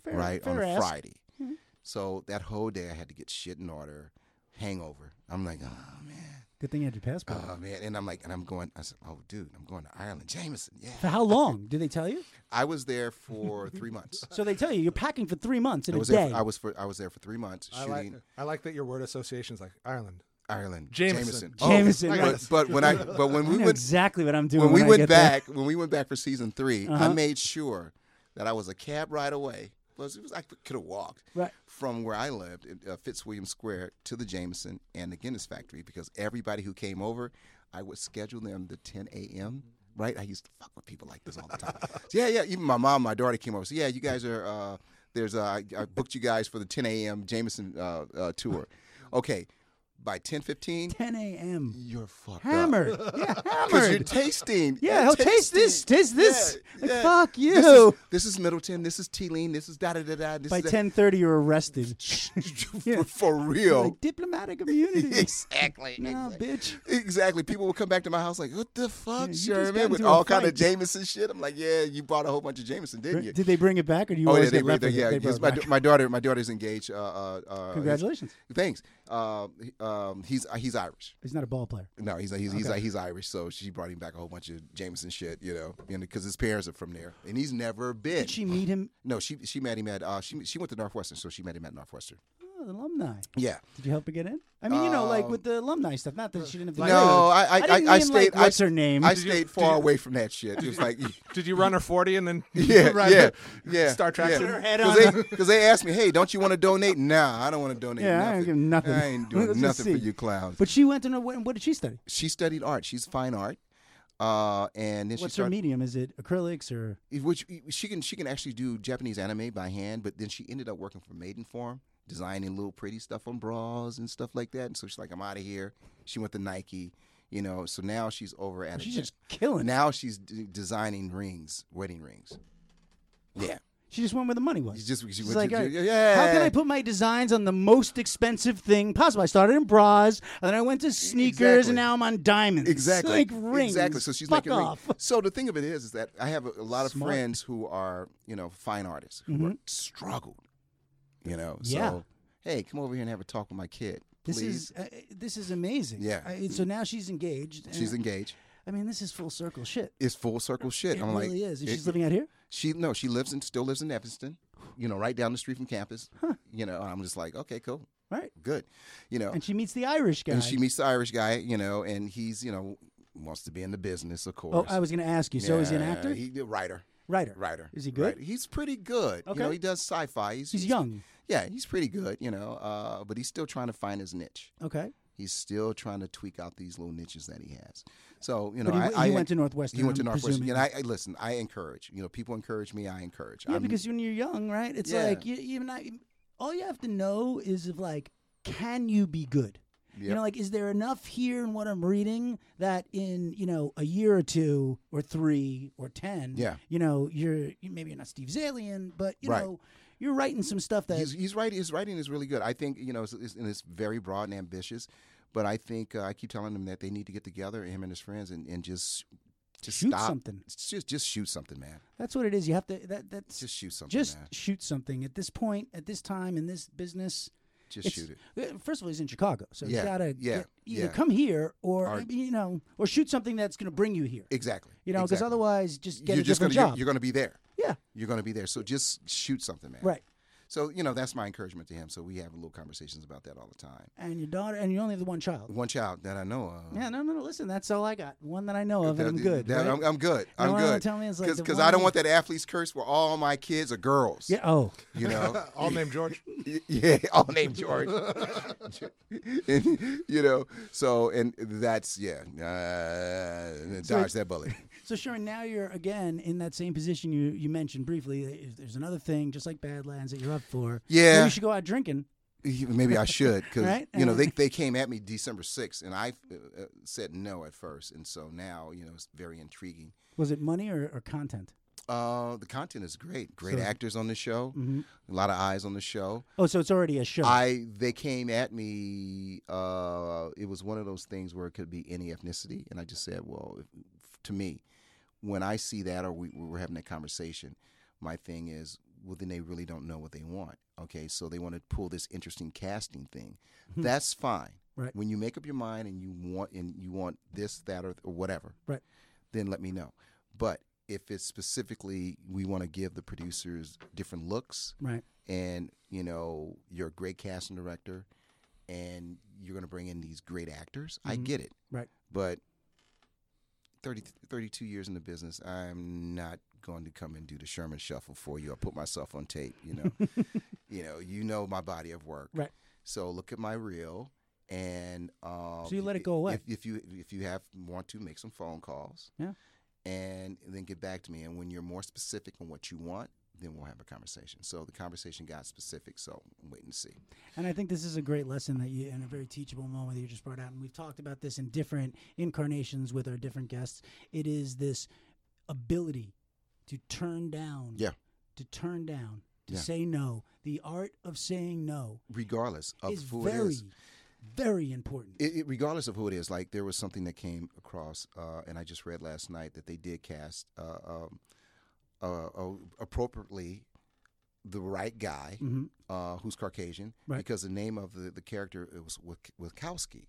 A: Fair,
B: right
A: fair
B: on
A: ask.
B: Friday.
A: Mhm.
B: So that whole day I had to get shit in order, hangover. I'm like, oh man,
A: Good thing you had your passport.
B: oh man, and I'm like, and I'm going. I said, oh dude, I'm going to Ireland, Jameson.
A: for
B: Yeah,
A: how long? Do they tell you?
B: I was there for
A: [laughs]
B: three months.
A: So they tell you you're packing for three months in
B: I
A: a
B: was there.
A: day.
B: For, I was for. I was there for three months
C: [laughs] I
B: shooting
C: like, I like that your word association is like Ireland.
B: Ireland,
C: Jameson.
B: Oh,
A: Jameson,
B: but-
A: right.
B: but, when I, but
A: [laughs]
B: when
A: I
B: we
A: know
B: went,
A: exactly what I'm doing.
B: when we
A: I
B: went
A: get there.
B: back, when we went back for season 3 I
A: Uh-huh.
B: made sure that I was a cab ride away. Plus, it was I could have walked
A: Right.
B: from where I lived, in, uh, Fitzwilliam Square, to the Jameson and the Guinness Factory because everybody who came over, I would schedule them to 10 a.m. Right? I used to fuck with people like this all the
A: [laughs]
B: time. So, yeah, yeah. Even my mom, my daughter came over. So yeah, you guys are. Uh, there's. Uh, I, I booked you guys for the 10 a.m. Jameson uh, uh,
A: [laughs]
B: tour. Okay, by 10:15,
A: 10 a.m.
B: you're fucked up.
A: Hammered.
B: [laughs]
A: Yeah,
B: Because you're
A: hammered.
B: tasting.
A: Yeah,
B: You're
A: oh, taste this,
B: tasting.
A: taste this.
B: Yeah,
A: Like,
B: yeah.
A: fuck
B: This
A: you.
B: [laughs] is, this is Middleton. This is Teeling. This is da da da da. This
A: By
B: is that. [laughs]
A: 10:30, you're arrested. [laughs] Yeah.
B: for, for real.
A: Like, diplomatic
B: [laughs]
A: immunity.
B: exactly.
A: nah, bitch.
B: Exactly. People will come back to my house like, "What the fuck,
A: you just got
B: Sherman?" With
A: into a
B: all kind
A: fight.
B: of Jameson shit. I'm like, "Yeah, you brought a whole bunch of Jameson, didn't you?"
A: Did they bring it back, or do you
B: oh yeah,
A: always
B: they,
A: get left
B: they,
A: with it?
B: yeah.
A: They
B: yes,
A: brought
B: my, oh,
A: it back.
B: my daughter, my daughter's engaged. Uh, uh, uh,
A: Congratulations.
B: Thanks. Uh, um, he's he's Irish.
A: He's not a ball player.
B: No, he's he's he's, he's Irish, so she brought him back a whole bunch of Jameson shit, you know, because his parents are from there, and he's never been.
A: Did she meet him?
B: no, she she met him at uh, she she went to Northwestern, so she met him at Northwestern.
A: Oh, the alumni.
B: Yeah.
A: Did you help her get in? I mean, you know, like with the alumni stuff. Not that she didn't have to.
B: Um, no, I I,
A: didn't
B: I,
A: mean,
B: I stayed.
A: Like, what's
B: I,
A: her [laughs] name?
B: I
C: Did you-
B: stayed
C: did
B: far
C: you-
B: away from that shit. It was
A: [laughs]
B: like. [laughs]
C: Did you run her forty and [laughs] then
B: Yeah,
C: run
B: yeah,
C: the
B: yeah.
C: Star Trek
B: yeah.
C: to her
A: head
B: Cause
A: on.
B: they, Because they asked me, "Hey, don't you want to donate?" Nah, I don't want to donate.
A: Yeah, I
B: nothing.
A: don't give nothing.
B: I
A: [laughs]
B: ain't
A: Let's
B: doing
A: just
B: nothing for
A: see.
B: you clowns.
A: But she went to know what, what did she study?
B: she studied art. She's fine art, uh, and then she
A: What's her
B: started.
A: medium? Is it acrylics or?
B: which she can she can actually do Japanese anime by hand, but then she ended up working for Maidenform, designing little pretty stuff on bras and stuff like that. And so she's like, I'm out of here. She went to Nike, you know. So now she's over at a
A: She's
B: gen-
A: just killing. it.
B: [laughs] now she's d- designing rings, wedding rings. Yeah,
A: She just went where the money was.
B: it's just she
A: She's
B: went
A: like,
B: to-
A: "All right,
B: yeah.
A: How can I put my designs on the most expensive thing possible? I started in bras, and then I went to sneakers,
B: Exactly.
A: and now I'm on diamonds.
B: [laughs] Exactly.
A: Like rings.
B: Exactly. So she's
A: Fuck
B: making ring-
A: off. [laughs]
B: So the thing of it is, is that I have a, a lot of
A: Smart. Mm-hmm.
B: friends who are, you know, fine artists who are struggled. You know.
A: Yeah.
B: So hey, come over here and have a talk with my kid.
A: This
B: please.
A: is uh, uh, this is amazing.
B: Yeah.
A: I, so now she's engaged. and
B: She's engaged.
A: I mean, this is full circle shit.
B: It's full circle shit.
A: It
B: I'm like,
A: really is. And
B: it-
A: she's living out here.
B: She no, she lives in still lives in Evanston, you know, right down the street from campus. You know, I'm just like, okay, cool,
A: Right.
B: good, you know.
A: And she meets the Irish guy.
B: And she meets the Irish guy, you know, and he's you know wants to be in the business, of
A: oh,
B: course.
A: I was going to ask you. So is he an
B: Yeah,
A: actor?
B: He a writer,
A: writer.
B: writer.
A: Is he good?
B: Writer. He's pretty good.
A: Okay.
B: You know, he does sci-fi.
A: He's young.
B: Yeah, he's pretty good. You know, uh, but he's still trying to find his niche.
A: Okay.
B: He's still trying to tweak out these little niches that he has. So you know,
A: but he, w-
B: I,
A: he
B: I
A: went to Northwestern.
B: he went to
A: I'm
B: Northwestern.
A: presuming.
B: And I, I listen. I encourage. You know, people encourage me. I encourage.
A: yeah,
B: I'm-
A: because when you're young, right? It's
B: Yeah.
A: like you, you're not. All you have to know is if like, can you be good? You
B: Yep.
A: know, like, is there enough here in what I'm reading that in you know a year or two or three or ten?
B: Yeah.
A: You know, you're you- maybe you're not Steve Zalian, but you
B: Right.
A: know, you're writing some stuff that
B: he's, he's writing. His writing is really good. I think you know, it's, it's, and it's very broad and ambitious. But I think uh, I keep telling him that they need to get together, him and his friends, and, and just just
A: shoot
B: stop.
A: something.
B: Just just shoot something, man.
A: That's what it is. You have to. That that's
B: Just shoot something.
A: just
B: man.
A: shoot something at this point, at this time, in this business.
B: just shoot it.
A: it. uh, First of all, he's in Chicago, so he's
B: Yeah,
A: got to
B: yeah,
A: either
B: yeah.
A: come here or,
B: Or-
A: you know, or shoot something that's going to bring you here.
B: Exactly.
A: You know, because
B: exactly.
A: otherwise, just get
B: you're
A: a
B: just
A: different
B: gonna,
A: job.
B: You're, you're going to be there.
A: yeah,
B: You're going to be there. So just shoot something, man.
A: right.
B: So you know that's my encouragement to him. So we have little conversations about that all the time.
A: And your daughter, and you only have the one child.
B: One child that I know of.
A: Yeah, no, no, no. Listen, that's all I got. One that I know of, and I'm
B: That-
A: good.
B: that-
A: right?
B: I'm, I'm good.
A: No,
B: I'm
A: no, no,
B: good.
A: tell me it's like the
B: because I
A: one-
B: don't want that athlete's curse where all my kids are girls.
A: yeah. Oh,
B: You
A: [laughs]
B: know, [laughs]
C: All named George.
B: yeah, all named George. [laughs] And, you know, so and that's yeah, uh, dodge that
A: [laughs]
B: bullet.
A: so Sharon, now you're again in that same position you you mentioned briefly. If There's another thing, just like Badlands, that you're up for.
B: Yeah.
A: maybe you should go out drinking.
B: Maybe I should because
A: Right? Uh-huh.
B: you know they they came at me December sixth and I uh, uh, said no at first, and so now you know it's very intriguing.
A: Was it money or, or content?
B: Uh, the content is great. Great
A: So-
B: actors on the show.
A: Mhm.
B: A lot of eyes on the show.
A: Oh, so it's already a show.
B: I they came at me. Uh, it was one of those things where it could be any ethnicity, and I just said, well, if, to me, when I see that or we, we were having that conversation, my thing is, well, then they really don't know what they want. Okay, so they want to pull this interesting casting thing. That's fine.
A: Hmm. Right.
B: When you make up your mind and you want and you want this, that, or, or whatever,
A: Right.
B: Then let me know. But if it's specifically we want to give the producers different looks,
A: right.
B: and you know you're a great casting director and you're going to bring in these great actors i get it
A: Right.
B: but 30, 32 years in the business i'm not going to come and do the sherman shuffle for you i put myself on tape
A: [laughs]
B: you know you know you know my body of work
A: Right.
B: so look at my reel and um,
A: So you let it go away.
B: if, if you if you have want to make some phone calls
A: Yeah.
B: and then get back to me and when you're more specific on what you want then we'll have a conversation so the conversation got specific so i'm waiting to see
A: And I think this is a great lesson that you, and a very teachable moment that you just brought out. And we've talked about this in different incarnations with our different guests. It is this ability to turn down,
B: Yeah.
A: to turn down, to
B: Yeah.
A: say no. The art of saying no
B: regardless of
A: is
B: who
A: very,
B: it is
A: very important.
B: it, it- regardless of who it is, like there was something that came across, uh, and I just read last night that they did cast uh, um, uh, uh, appropriately the right guy
A: Mm-hmm.
B: uh, who's Caucasian
A: Mm. Right.
B: because the name of the, the character it was Wak- Wachowski,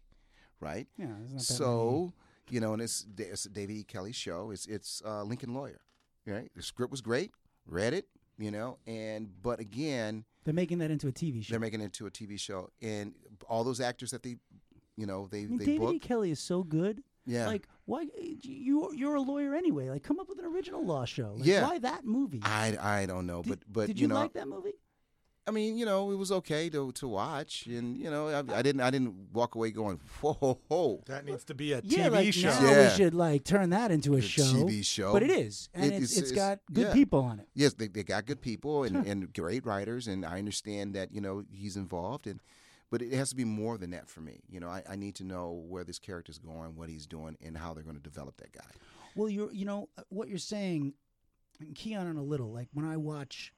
B: right?
A: yeah, there's not that many.
B: So you know, and it's, Da- it's David E. Kelly's show. It's it's uh, Lincoln Lawyer, right? The script was great. Read it, you know, and but again,
A: they're making that into a TV show.
B: they're making it into a TV show, and all those actors that they, you know, they
A: I mean,
B: they
A: David
B: booked.
A: E. Kelly is so good.
B: Yeah.
A: Like, why you you're a lawyer anyway? Like, come up with an original law show. Like,
B: Yeah.
A: Why that movie?
B: I, I don't know,
A: Did-
B: but but
A: did
B: you,
A: you,
B: know,
A: like that movie?
B: I mean, you know, it was okay to to watch, and you know, I, I didn't I didn't walk away going whoa ho ho.
C: That needs to be a
A: yeah,
C: TV
A: like
C: show.
A: now
B: Yeah.
A: we should like turn that into a
B: The
A: show.
B: TV show.
A: but it is, and
B: It
A: it's,
B: is-
A: it's
B: it's-
A: got good
B: yeah.
A: people on it.
B: Yes, they, they got good people and, and great writers, and I understand that you know he's involved, and but it has to be more than that for me. You know, I, I need to know where this character's going, what he's doing, and how they're going to develop that guy.
A: Well, you're you know uh, what you're saying, and key on it a little. Like when I watch,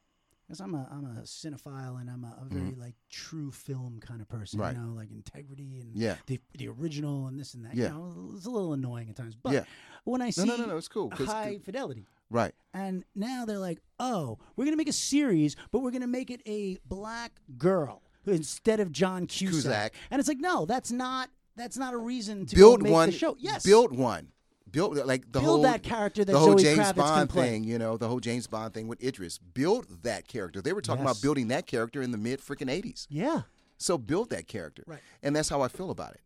A: because I'm a I'm a cinephile and I'm a, a very like true film kind of person.
B: Mm-hmm. Right.
A: You know, like integrity and
B: Yeah.
A: the the original and this and that.
B: Yeah.
A: You know, it's a little annoying at times. But
B: Yeah.
A: when I
B: No,
A: see
B: no, no, no, it's cool. 'cause-
A: high fidelity.
B: right.
A: And now they're like, oh, we're going to make a series, but we're going to make it a black girl who- instead of John Cusack.
B: Cusack.
A: And it's like, no, that's not that's not a reason to go
B: build
A: make
B: one.
A: the show. Yes,
B: build one. Build like the
A: Build
B: whole
A: that character that
B: the whole
A: Zoe
B: James
A: Kravitz can
B: Bond
A: play.
B: thing. You know the whole James Bond thing with Idris. Build that character. They were talking
A: Yes.
B: about building that character in the mid freaking eighties.
A: yeah,
B: So build that character.
A: Right.
B: And that's how I feel about it.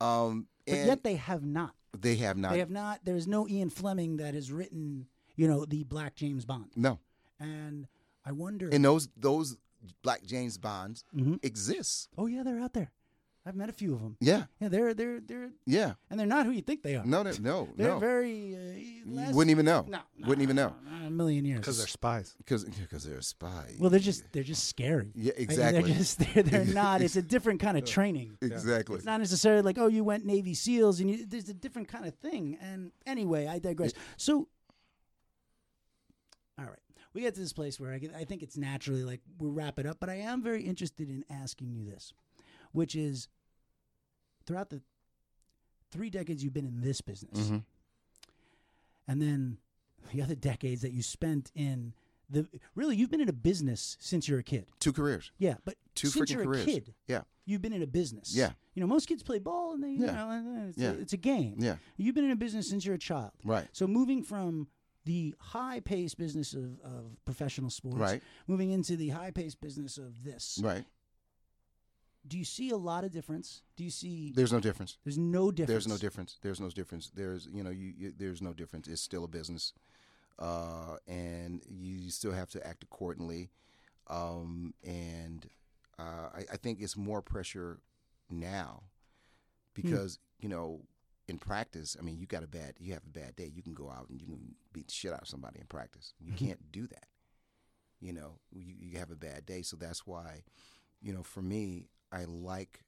B: Um,
A: but
B: and
A: yet they have not.
B: they have not.
A: They have not. There is no Ian Fleming that has written, you know, the Black James Bond.
B: no.
A: And I wonder.
B: And those those Black James Bonds
A: Mm-hmm.
B: exist.
A: oh yeah, they're out there. I've met a few of them.
B: Yeah.
A: Yeah, they're they're they're
B: Yeah.
A: and they're not who you think they are.
B: No. No. No.
A: they're
B: no.
A: very. Uh,
B: You
A: less,
B: wouldn't even know.
A: No, no,
B: Wouldn't even know
A: not in a million years.
C: because they're spies.
B: because because they're a spy.
A: well, they're just they're just scary.
B: Yeah,
A: I mean,
B: exactly. Uh,
A: They're just [laughs] they're,
B: [laughs]
A: they're not. It's a different kind of training.
B: exactly.
A: It's not necessarily like oh you went Navy SEALs and you, there's a different kind of thing. And anyway, I digress. So, all right, we get to this place where I get, I think it's naturally like we'll wrap it up. But I am very interested in asking you this, which is throughout the three decades you've been in this business,
B: Mhm.
A: and then the other decades that you spent in the really you've been in a business since you're a kid.
B: Two careers.
A: Yeah, but
B: Two
A: since
B: freaking
A: you're
B: careers.
A: a kid,
B: Yeah.
A: you've been in a business.
B: Yeah.
A: You know, most kids play ball and they, you
B: Yeah.
A: know, and, uh, it's,
B: Yeah.
A: a, it's a game.
B: Yeah.
A: You've been in a business since you're a child.
B: Right.
A: So moving from the high paced business of, of professional sports,
B: Right.
A: moving into the high paced business of this,
B: Right.
A: do you see a lot of difference? Do you see
B: There's no difference.
A: there's no difference?
B: There's no difference. There's no difference. There's you know you, you there's no difference. It's still a business, uh, and you, you still have to act accordingly. Um, and uh, I, I think it's more pressure now because you know in practice, I mean, you got a bad you have a bad day, you can go out and you can beat the shit out of somebody in practice. You can't do that. You know, you, you have a bad day, so that's why, you know, for me, I like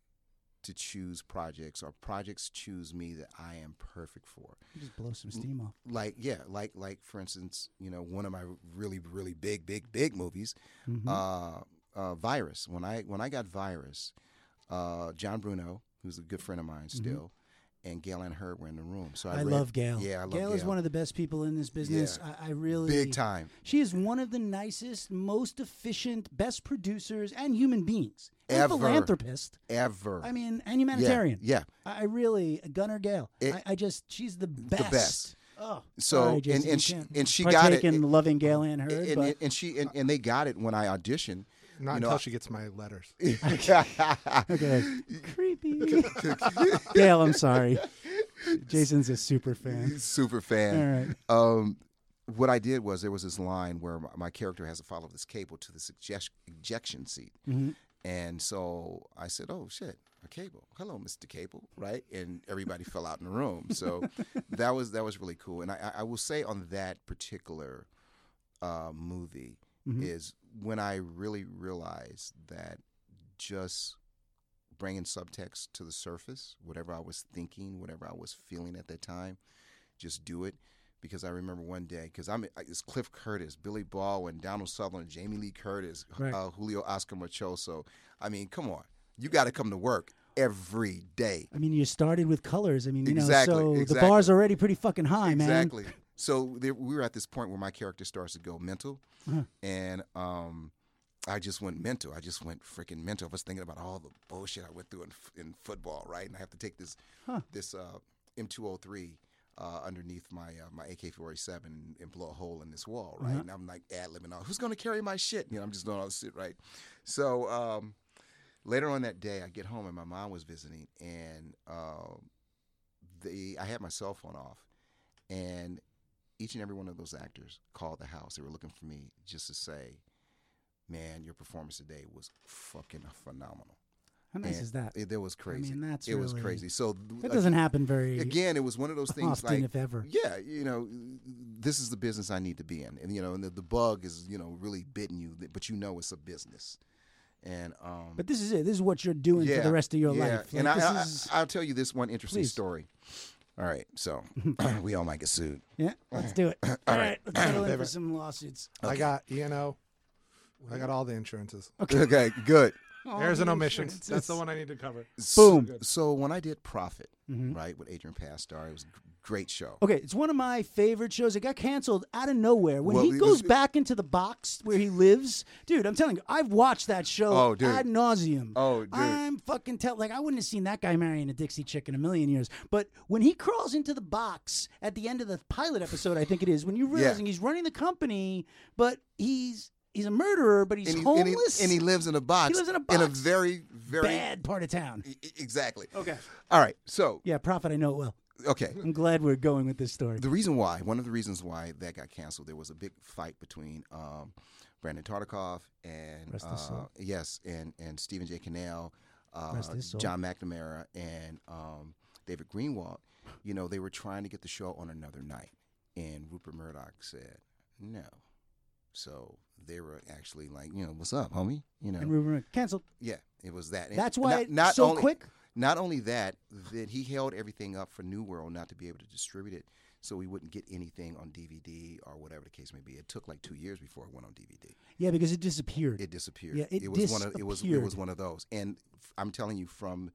B: to choose projects or projects choose me that I am perfect for.
A: You Just blow
B: Mm.
A: some steam off.
B: Like yeah, like like for instance, you know, one of my really really big big big movies,
A: Mhm.
B: uh, uh, Virus. When I when I got Virus, uh, John Bruno, who's a good friend of mine still, and Gail and Hurd were in the room. So I,
A: Mm-hmm. I,
B: read-
A: love Gail.
B: Yeah, I love
A: Gail, is one of the best people in this business. I, I really
B: big time.
A: She is one of the nicest, most efficient, best producers and human beings.
B: Ever.
A: And philanthropist.
B: ever.
A: I mean, and
B: Yeah,
A: humanitarian.
B: Yeah.
A: I I really, Gunnar Gale.
B: It-
A: I, I just, she's the best.
B: best.
A: Oh,
B: So
A: sorry,
B: and-
A: Jason,
B: and
A: you
B: she-
A: can't
B: and she
A: partake
B: got it.
A: in
B: It-
A: loving Gale and her.
B: And, and, and she and, and they got it when I
A: [laughs]
B: auditioned. [laughs]
C: Not
B: You know,
C: until
B: I-
C: she gets my letters.
B: [laughs]
A: creepy. [laughs] Gale, I'm sorry. Jason's a super fan.
B: Super
A: All
B: fan.
A: right.
B: um, what I did was there was this line where my, my character has to follow this cable to this ejection, ejection seat,
A: Mm-hmm.
B: and so I said, "Oh shit, a cable! Hello, Mister Cable!" Right, and everybody fell out in the room. So that was that was really cool. And I, I I will say on that particular uh, movie is when I really realized that just bringing subtext to the surface, whatever I was thinking, whatever I was feeling at that time, just do it. Because I remember one day, because I'm it's Cliff Curtis, Billy Baldwin, Donald Sutherland, Jamie Lee Curtis,
A: Right.
B: uh, Julio Oscar Machoso. I mean, come on, you got to come to work every day.
A: I mean, you started with colors. I mean, you
B: Exactly,
A: know, so the
B: exactly.
A: bar's already pretty fucking high, man.
B: Exactly. So there, we were at this point where my character starts to go mental, and um, I just went mental. I just went freaking mental. I was thinking about all the bullshit I went through in, f- in football, right? And I have to take this this uh, M203 uh, underneath my uh, my AK-47 and, and blow a hole in this wall, right?
A: Mm-hmm.
B: And I'm like ad libbing on who's going to carry my shit. You know, I'm just doing all this shit, right? So. Um, Later on that day, I get home and my mom was visiting, and um, the I had my cell phone off, and each and every one of those actors called the house. They were looking for me just to say, "Man, your performance today was fucking phenomenal."
A: How nice
B: And
A: is that?
B: It, that was crazy.
A: mean, that's
B: it was
A: really-
B: crazy. So
A: That doesn't happen very
B: again, it was one of those things
A: often,
B: like
A: if ever.
B: yeah, you know, this is the business I need to be in, and you know, and the, the bug is you know really bitten you, but you know it's a business, and um,
A: But this is it. This is what you're doing for the rest of your
B: yeah.
A: life.
B: And
A: Like,
B: I,
A: this
B: I,
A: is-
B: I'll tell you this one interesting
A: Please.
B: story. All right,
A: [clears throat]
B: so [clears throat] we all might get sued.
A: yeah, let's
B: [coughs]
A: do it. All right, let's settle in for some lawsuits.
B: [laughs]
C: I got E and O. I got all the insurances.
B: Okay, good.
C: There's an omission. That's the
B: It's-
C: one I need to cover.
A: Boom.
B: So, so when I did Profit,
A: Mhm.
B: right, with Adrian Pastar, it was a g- great show.
A: Okay, it's one of my favorite shows. It got canceled out of nowhere. When
B: Well,
A: he
B: it
A: goes
B: was-
A: back into the box where he lives, dude, I'm telling you, I've watched that show
B: Oh, dude.
A: ad nauseum.
B: Oh, dude.
A: I'm fucking tell like I wouldn't have seen that guy marrying a Dixie chick in a million years. But when he crawls into the box at the end of the pilot episode, I think it is, when you realizing he's running the company, but he's he's a murderer, but he's
B: and, he, and, he,
A: homeless.
B: and he lives in a box.
A: lives in a box.
B: very, very
A: bad part of town.
B: e- e- exactly.
A: Okay.
B: All right. So
A: Yeah, Prophet, I know it well.
B: okay.
A: I'm glad we're going with this story.
B: The reason why, one of the reasons why that got canceled, there was a big fight between um, Brandon Tartikoff and
A: Rest
B: uh,
A: his soul.
B: yes, and and Stephen J. Cannell, uh,
A: Rest his soul.
B: John McNamara, and um, David Greenwald. You know, they were trying to get the show on another night, and Rupert Murdoch said no. So they were actually like, you know, what's up, homie? You know,
A: And rumor canceled.
B: yeah, it was that. And
A: That's why
B: not,
A: it's
B: not
A: so
B: only,
A: quick.
B: not only that, that he held everything up for New World not to be able to distribute it, so we wouldn't get anything on DVD or whatever the case may be. It took like two years before it went on DVD.
A: Yeah, because it disappeared.
B: It disappeared.
A: Yeah, it
B: was one of it was it
A: disappeared.
B: was one of those. And f- I'm telling you, from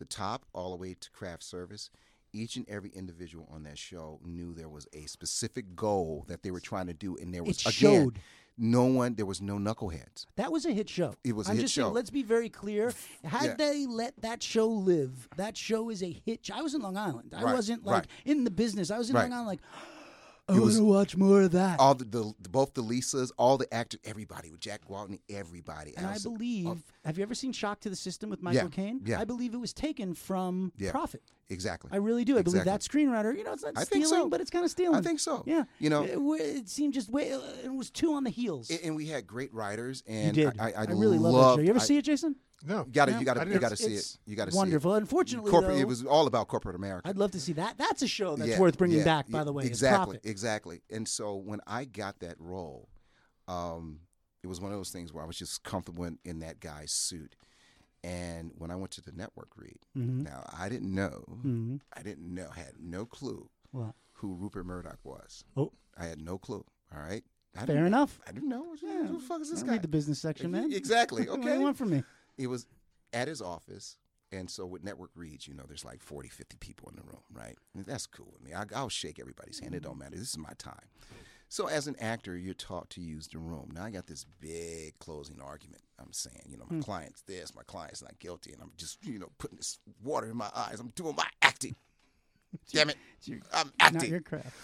B: the top all the way to craft service, each and every individual on that show knew there was a specific goal that they were trying to do, and there was
A: It
B: again
A: showed.
B: no one. There was no knuckleheads.
A: that was a hit show.
B: It was a
A: I'm
B: hit
A: just saying,
B: show.
A: let's be very clear. Had
B: Yeah.
A: they let that show live, that show is a hit. Show. I was in Long Island. I
B: Right,
A: wasn't like
B: right.
A: in the business. I was in
B: Right.
A: Long Island like, I
B: [gasps] It
A: want
B: was-
A: to watch more of that.
B: All the, the, both the Lisas, all the actors, everybody with Jack Walton, everybody.
A: and I
B: was-
A: believe, have you ever seen Shock to the System with
B: Yeah,
A: Michael Caine?
B: yeah.
A: I believe it was taken from
B: Yeah.
A: Profit.
B: exactly.
A: I really do. I believe
B: Exactly.
A: that screenwriter, you know, it's not
B: I
A: stealing,
B: think so.
A: but it's kind of stealing.
B: I think so.
A: Yeah.
B: You know,
A: it, w- it seemed just way, uh, it was too on the heels.
B: and- and we had great writers,
A: you
B: and
A: did.
B: I, I,
A: really love, that show. You ever see it, Jason?
C: No.
B: You gotta,
A: Yeah.
B: you
C: I
B: gotta, you
C: didn't-
B: gotta see
A: it's
B: it. You gotta
A: Wonderful.
B: see it.
A: Unfortunately,
B: Corporate,
A: though,
B: it was all about corporate America.
A: I'd love to see that. That's a show that's
B: Yeah,
A: worth bringing
B: yeah,
A: back. By
B: yeah,
A: the way, is
B: exactly,
A: Profit.
B: exactly. And so when I got that role, um, it was one of those things where I was just comfortable in, in that guy's suit. And when I went to the network read,
A: Mhm.
B: now I didn't know,
A: Mhm.
B: I didn't know, had no clue
A: Well,
B: who Rupert Murdoch was.
A: Oh.
B: I had no clue. All right, I
A: fair
B: didn't-
A: enough.
B: I didn't know. Who the fuck is this
A: I
B: guy?
A: Read
B: [laughs]
A: the business section, man.
B: Exactly,
A: What do
B: okay.
A: you want from me?
B: it was at his office. And so with Network Reads, you know, there's like 40, 50 people in the room, right? And that's cool with me. I, I'll shake everybody's hand. It don't matter. This is my time. So as an actor, you're taught to use the room. Now I got this big closing argument. I'm saying, you know,
A: Hmm.
B: my client's this, my client's not guilty, and I'm just, you know, putting this water in my eyes. I'm doing my acting. [laughs] Damn it, I'm
A: Not
B: acting.
A: your craft.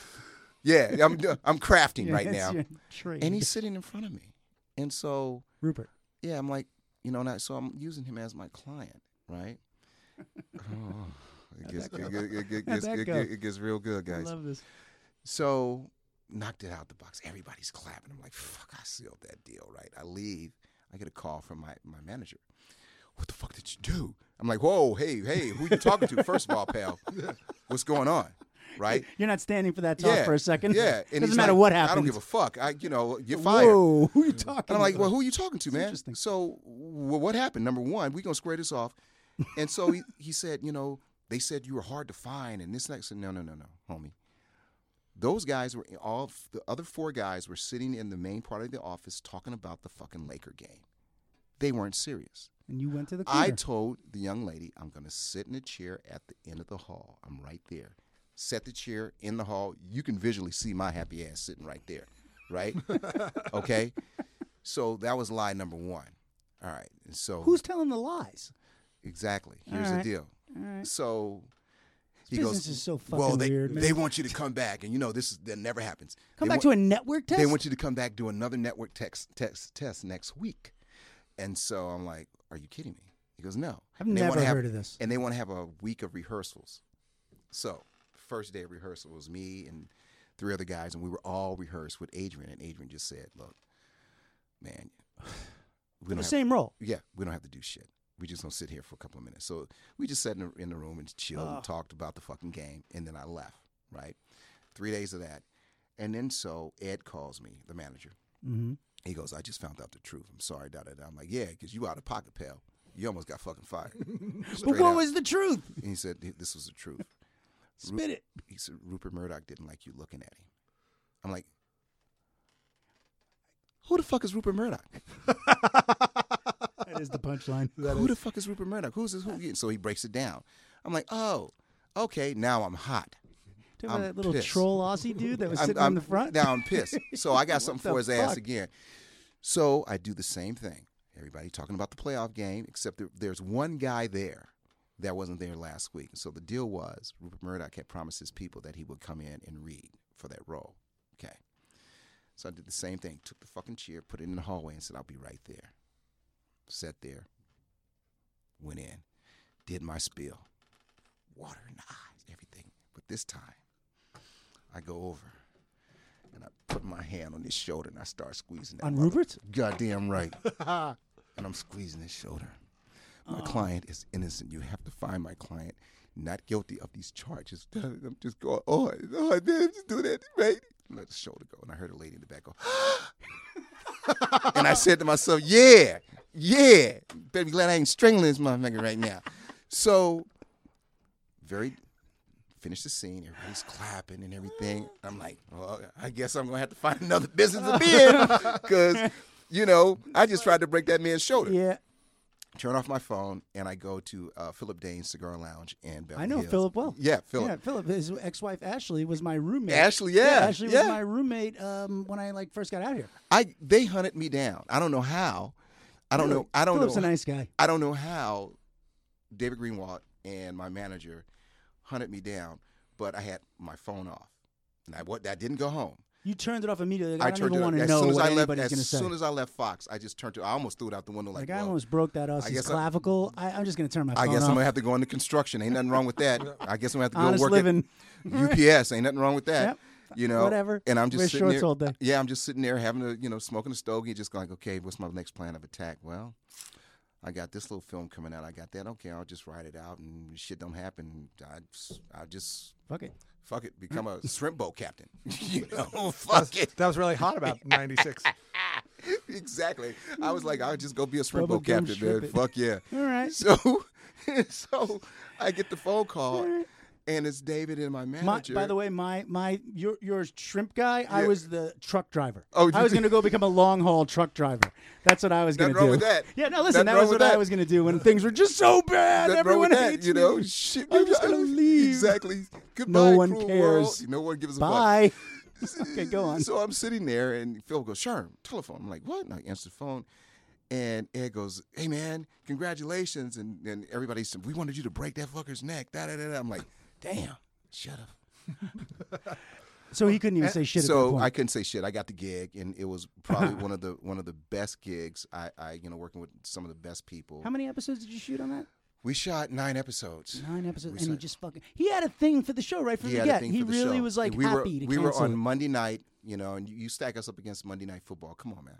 B: yeah, I'm I'm crafting
A: [laughs] Yeah,
B: right
A: that's
B: now.
A: your trade.
B: And he's sitting in front of me, and so
A: Rupert.
B: yeah, I'm like, you know, and I, so I'm using him as my client, right? oh, it, gets, it, get- it, get-
A: How'd
B: gets,
A: that
B: it,
A: go?
B: get- it gets real good,
A: I
B: guys.
A: love this.
B: So knocked it out the box. Everybody's clapping. I'm like, fuck, I sealed that deal, right? I leave. I get a call from my, my manager. What the fuck did you do? I'm like, whoa, hey, hey, who you talking to? First of all, pal, what's going on? Right?
A: You're not standing for that talk
B: yeah.
A: for a second. [laughs]
B: Yeah. And
A: doesn't
B: he's
A: matter
B: like,
A: what
B: I
A: happens.
B: don't give a fuck. I, you know, you're fired.
A: Whoa, who are you talking?
B: And I'm like,
A: about?
B: well, who are you talking to, man?
A: interesting.
B: So wh- what happened? Number one, we're going to square this off. And so he, [laughs] he said, you know, they said you were hard to find and this and that. I said, no, no, no, no, homie. Those guys were all, the other four guys were sitting in the main part of the office talking about the fucking Laker game. They weren't serious.
A: and you went to the
B: I
A: corner.
B: told the young lady, I'm going to sit in a chair at the end of the hall. I'm right there. Set the chair in the hall. You can visually see my happy ass sitting right there,
A: [laughs]
B: right? okay. So that was lie number one. All right. And so
A: Who's telling the lies?
B: exactly? Here's
A: All right.
B: the deal. So he
A: This
B: goes.
A: business is so fucking
B: well, they
A: weird, man.
B: they want you to come back, and you know this is, that never happens.
A: Come
B: They
A: back
B: want-
A: to a network test.
B: they want you to come back do another network text test test next week. And so I'm like, are you kidding me? He goes, no.
A: I've
B: And they wanna
A: never
B: have-
A: heard of this.
B: And they want to have a week of rehearsals. So first day of rehearsal was me and three other guys, and we were all rehearsed with Adrian. And Adrian just said, look, man, we
A: For
B: don't
A: the
B: have-
A: same role.
B: yeah, we don't have to do shit. We just gonna sit here for a couple of minutes. So we just sat in the, in the room and chilled
A: Ugh.
B: and talked about the fucking game, and then I left. Right, three days of that, and then so Ed calls me, the manager.
A: Mm-hmm.
B: He goes, "I just found out the truth. I'm sorry, da da da." I'm like, "Yeah, because you out of pocket, pal. You almost got fucking fired."
A: [laughs] But
B: Straight
A: what
B: out.
A: was the truth?
B: And he said, "Th- "This was the truth."
A: Spit it.
B: He said, "Rupert Murdoch didn't like you looking at him." I'm like, "Who the fuck is Rupert Murdoch?"
A: [laughs] that is the
B: [laughs]
A: punchline.
B: who the fuck is Rupert Murdoch? Who's this? Who? And So he breaks it down. I'm like, oh, okay, now I'm hot.
A: Remember
B: I'm
A: that little
B: pissed.
A: troll Aussie dude that was
B: I'm,
A: sitting
B: I'm
A: in the front?
B: Now
A: [laughs]
B: I'm pissed. So I got something
A: the
B: for his ass
A: fuck?
B: again. So I do the same thing. Everybody talking about the playoff game, except there, there's one guy there that wasn't there last week. So the deal was Rupert Murdoch had promised his people that he would come in and read for that role. Okay. So I did the same thing. Took the fucking chair, put it in the hallway, and said, I'll be right there. Sat there. Went in. Did my spiel. Water in the eyes, everything. But this time, I go over and I put my hand on his shoulder and I start squeezing that
A: On
B: mother-
A: Rupert?
B: Goddamn right. and I'm squeezing his shoulder. My client is innocent. You have to find my client not guilty of these charges. [laughs] I'm just going, oh, oh damn, just do that, right? Let the shoulder go. And I heard a lady in the back go, and I said to myself, yeah, yeah. Better be glad I ain't strangling this motherfucker right now. So, very finish the scene. Everybody's clapping and everything. I'm like, well, I guess I'm gonna have to find another business to be
A: [laughs]
B: in because, you know, I just tried to break that man's shoulder.
A: Yeah,
B: Turn off my phone and I go to uh, Philip Dane's Cigar Lounge in Beverly
A: I know
B: Hills.
A: Philip well.
B: Yeah, Philip.
A: Yeah, Philip. His ex-wife Ashley was my roommate.
B: Ashley, yeah,
A: Ashley
B: yeah.
A: was my roommate um, when I like first got out here.
B: I they hunted me down. I don't know how. I don't know. I don't
A: Philip's
B: know.
A: a nice guy.
B: I don't know how David Greenwald and my manager hunted me down, but I had my phone off, and I what I didn't go home.
A: You turned it off immediately. Like, I,
B: I,
A: don't
B: turned
A: even
B: it
A: want
B: off.
A: to
B: as
A: know
B: soon as
A: what
B: I left.
A: anybody's
B: As
A: going to say.
B: soon as I left Fox, I just turned to. I almost threw it out the window. Like,
A: like I
B: well,
A: almost broke that Aussie's
B: guess I-
A: clavicle. I, I'm just going to turn my
B: I
A: phone
B: guess
A: off.
B: I'm gonna have to go into construction. Ain't nothing wrong
A: [laughs]
B: with that. I guess I'm gonna have to go
A: Honest
B: work
A: living.
B: at UPS. Ain't nothing wrong with that.
A: [laughs] Yep.
B: You know,
A: Whatever.
B: And I'm just
A: Wear
B: sitting
A: shorts
B: there-
A: all day.
B: Yeah, I'm just sitting there having a you know smoking a stogie, just going, okay, what's my next plan of attack? Well, I got this little film coming out. I got that. Okay, I'll just write it out, and shit don't happen. I just, I just
A: Fuck it.
B: fuck it,
A: [laughs]
B: become a shrimp boat captain. [laughs] you know, fuck it. [laughs]
C: That was really hot about '96.
B: exactly. I was like, I'll just go be a
A: Bubblegum
B: shrimp boat captain, man.
A: shrimp it.
B: Fuck yeah.
A: All [laughs] right.
B: So, [laughs] so I get the phone call, and it's David and my
A: My,
B: manager.
A: by the way, my my your your shrimp guy. I
B: Yeah.
A: was the truck driver.
B: Oh,
A: I was
B: you-
A: going to go become a long haul truck driver. That's what I was going
B: Nothing
A: to do.
B: wrong with that.
A: Yeah, no, listen,
B: Nothing
A: that
B: wrong
A: was
B: with
A: what I
B: that.
A: was going to do when things were just so bad.
B: Nothing wrong
A: Everyone
B: with that,
A: hates
B: you know.
A: me.
B: Shit,
A: I'm just gonna leave.
B: Exactly. Goodbye.
A: one
B: cruel
A: cares.
B: World. No one gives a fuck. [laughs]
A: Bye. okay, go on.
B: So I'm sitting there, and Phil goes, "Sherm, telephone." I'm like, "What?" And I answer the phone, and Ed goes, "Hey, man, congratulations!" And and everybody said, "We wanted you to break that fucker's neck." Da da da. da. I'm like, "Damn, shut up." [laughs]
A: So he couldn't even say shit at that
B: so
A: point.
B: I couldn't say shit. I got the gig, and it was
A: [laughs]
B: probably one of the one of the best gigs. I, I you know working with some of the best people.
A: How many episodes did you shoot on that?
B: we shot nine episodes.
A: Nine episodes,
B: We
A: and he
B: said-
A: just fucking. He had a thing for the show right from
B: He
A: the
B: had a
A: get.
B: thing
A: He
B: for the
A: really
B: show.
A: was like
B: we
A: happy
B: were,
A: to
B: We were
A: cancel
B: on
A: it.
B: Monday night, you know, and you, you stack us up against Monday night football. Come on, man.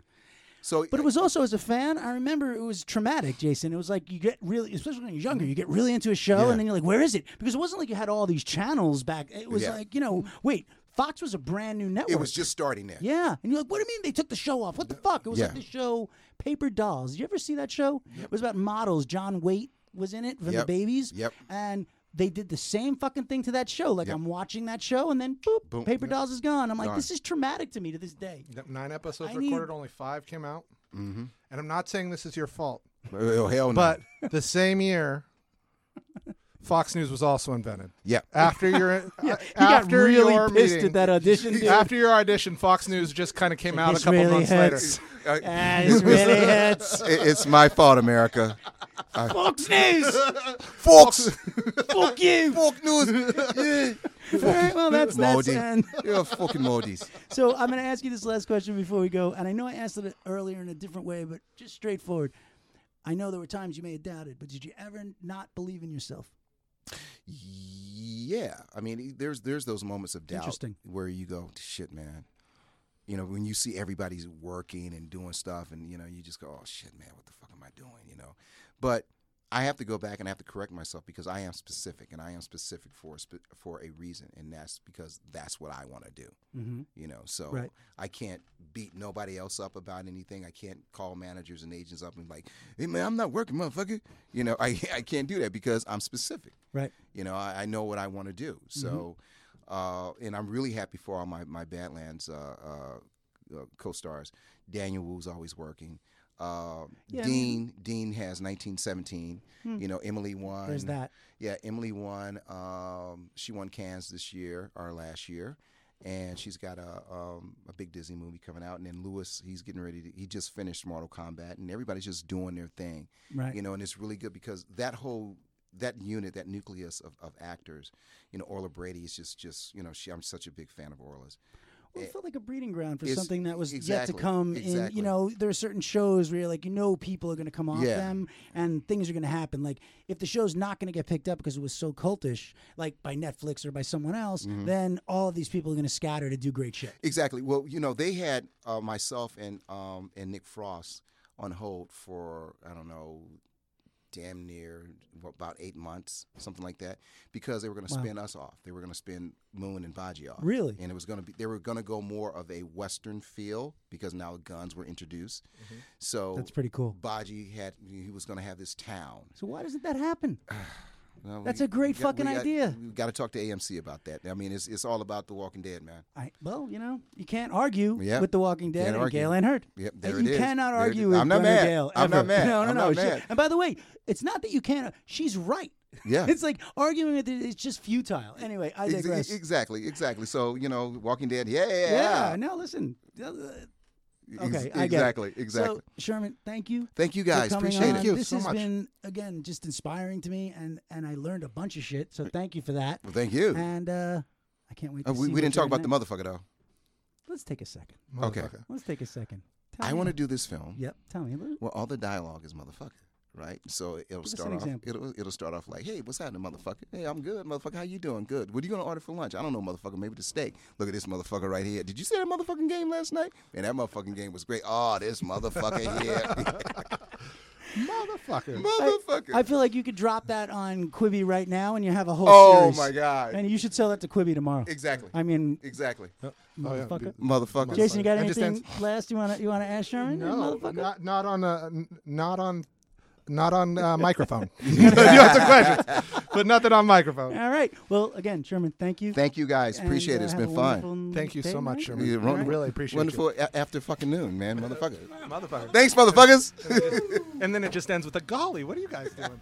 B: So,
A: But it was also as a fan, I remember it was traumatic, Jason. It was like you get really, especially when you're younger, you get really into a show,
B: Yeah.
A: and then you're like, "Where is it?" Because it wasn't like you had all these channels back. It was
B: Yeah.
A: like you know, wait, Fox was a brand new network.
B: it was just starting there.
A: yeah, and you're like, "What do you mean they took the show off? What the fuck?" It was
B: Yeah.
A: like the show Paper Dolls. Did you ever see that show? It was about models. John Waite was in it from the
B: Yep.
A: Babies.
B: Yep.
A: and. They did the same fucking thing to that show. Like I'm watching that show, and then boop,
B: Boom.
A: Paper Dolls is gone. I'm like,
B: Gone.
A: this is traumatic to me to this day.
C: Yep, Nine episodes
A: I need-
C: recorded, only five came out. Mm-hmm. And I'm not saying this is your fault,
B: Oh, hell no.
C: but the same year, Fox News was also invented.
A: [laughs]
B: yeah.
C: After
B: [laughs]
C: your
A: Yeah,
C: uh,
A: he got
C: after
A: really
C: your
A: pissed
C: meeting,
A: at that audition. Dude.
C: [laughs] after your audition, Fox News just kind of came out a
A: this
C: couple
A: really [laughs]
C: months
A: hurts.
C: later.
B: Uh,
A: Ah, this really [laughs] hurts.
B: it- it's my fault, America.
A: Fox News.
B: Fox,
A: [laughs] Fuck you.
B: Fox News. Yeah.
A: All right, well, that's that's.
B: Modi.
A: And
B: You're fucking Modis.
A: so I'm going to ask you this last question before we go, and I know I asked it earlier in a different way, but just straightforward. I know there were times you may have doubted, but did you ever not believe in yourself?
B: Yeah, I mean, e, there's there's those moments of doubt
A: Interesting.
B: where you go, shit, man. You know, when you see everybody's working and doing stuff, and you know, you just go, oh shit, man, what the fuck am I doing? You know, but I have to go back and I have to correct myself because I am specific, and I am specific for a spe- for a reason, and that's because that's what I want to do.
A: Mm-hmm.
B: You know, so
A: Right.
B: I can't beat nobody else up about anything. I can't call managers and agents up and like, hey man, I'm not working, motherfucker. You know, I [laughs] I can't do that because I'm specific.
A: Right.
B: You know, I, I know what I want to
A: Mm-hmm.
B: do. So, uh, and I'm really happy for all my my Badlands uh, uh, uh, co-stars. Daniel Wu's always working. Uh,
A: Yeah, I
B: Dean Dean has 1917.
A: Hmm.
B: You know, Emily won.
A: There's that.
B: Yeah, Emily won. Um, she won Cannes this year or last year, and she's got a um, a big Disney movie coming out. And then Lewis, he's getting ready. to He just finished Mortal Kombat, and everybody's just doing their thing.
A: Right.
B: You know, and it's really good because that whole that unit, that nucleus of, of actors, you know, Orla Brady is just just you know, she I'm such a big fan of Orla's.
A: Well, it felt like a breeding ground for
B: It's-
A: something that was yet
B: Eh, exactly,
A: to come. In you
B: exactly.
A: know, there are certain shows where you're like, you know, people are going to come off
B: Yeah.
A: them, and things are going to happen. Like if the show's not going to get picked up because it was so cultish, like by Netflix or by someone else,
B: Mm-hmm.
A: then all of these people are going to scatter to do great shit.
B: Exactly. Well, you know, they had uh, myself and um, and Nick Frost on hold for I don't know, damn near about eight months, something like that, because they were going to
A: Wow.
B: spin us off. They were going to spin Moon and Baji off.
A: Really?
B: And it was going to be they were going to go more of a Western feel because now guns were introduced. So
A: That's pretty cool.
B: Baji had he was going to have this town.
A: So why doesn't that happen?
B: Well,
A: That's
B: we-
A: a great
B: we got-
A: fucking
B: we got-
A: idea.
B: We got to talk to AMC about that. I mean, it's it's all about The Walking Dead, man.
A: I, well, you know, you can't argue
B: Yeah.
A: with The Walking Dead
B: Can't
A: and
B: argue.
A: Galen Hurd.
B: Yep,
A: And
B: there
A: you
B: it is.
A: cannot
B: There it
A: argue
B: is.
A: with
B: I'm not
A: Brenner
B: mad.
A: Gale.
B: I'm not
A: ever.
B: mad.
A: No, no,
B: I'm
A: no.
B: not
A: She-
B: mad.
A: And by the way, it's not that you can't. She's right.
B: Yeah.
A: [laughs] it's like arguing with it. It's just futile. Anyway, I
B: Ex- e-,
A: digress.
B: exactly, exactly. So you know, Walking Dead. Yeah,
A: yeah.
B: yeah.
A: No, listen. Uh,
B: yeah.
A: Okay, I get it.
B: exactly, exactly.
A: So, Sherman, thank you.
B: Thank you
A: for
B: guys.
A: coming
B: Appreciate
A: on.
B: it.
C: Thank you
A: this
C: so
A: has
C: much.
A: been again just inspiring to me, and and I learned a bunch of shit. So thank you for that.
B: Well, thank you.
A: And uh, I can't wait. To
B: Oh, we,
A: see
B: we
A: what
B: didn't
A: you're
B: talk about the
A: next-
B: motherfucker though.
A: Let's take a second.
B: Okay.
C: Motherfucker.
A: Let's take a second. Tell
B: I
A: me.
B: want to do this film
A: Yep. Tell me.
B: where all the dialogue is motherfucker, right? So it'll
A: Give us
B: start
A: an
B: off.
A: example.
B: It'll it'll start off like, hey, what's happening, motherfucker? Hey, I'm good, motherfucker. How you doing? Good. What are you gonna order for lunch? I don't know, motherfucker. Maybe the steak. Look at this motherfucker right here. Did you see that motherfucking game last night? Man, that motherfucking game was great. Oh,
A: [laughs]
B: this motherfucker here,
C: Motherfucker.
B: motherfucker.
A: I feel like you could drop that on Quibi right now, and you have a whole.
B: oh
A: series.
B: my god.
A: And you should sell that to Quibi tomorrow.
B: exactly.
A: I mean,
B: Exactly.
C: Oh, yeah.
A: Motherfucker.
B: Motherfucker.
A: Jason, you got
C: I just
A: anything last you want to you want to ask Sherman?
C: No,
A: motherfucker.
C: not not on uh, n- not on not on [laughs] uh, microphone. you questions, but nothing on microphone.
A: All right. Well, again, Sherman, thank you.
B: Thank you guys.
A: and,
B: Appreciate
A: uh,
B: it. It's
A: have a
B: been fun.
A: wonderful
C: Thank you
A: day,
C: so much,
A: night.
C: Sherman.
B: Yeah,
C: I really appreciate
B: wonderful a- after fucking noon, man. Motherfucker.
C: you.
A: [laughs]
C: Motherfucker.
B: Thanks, motherfuckers.
C: and then it just ends with a golly. What are you guys doing?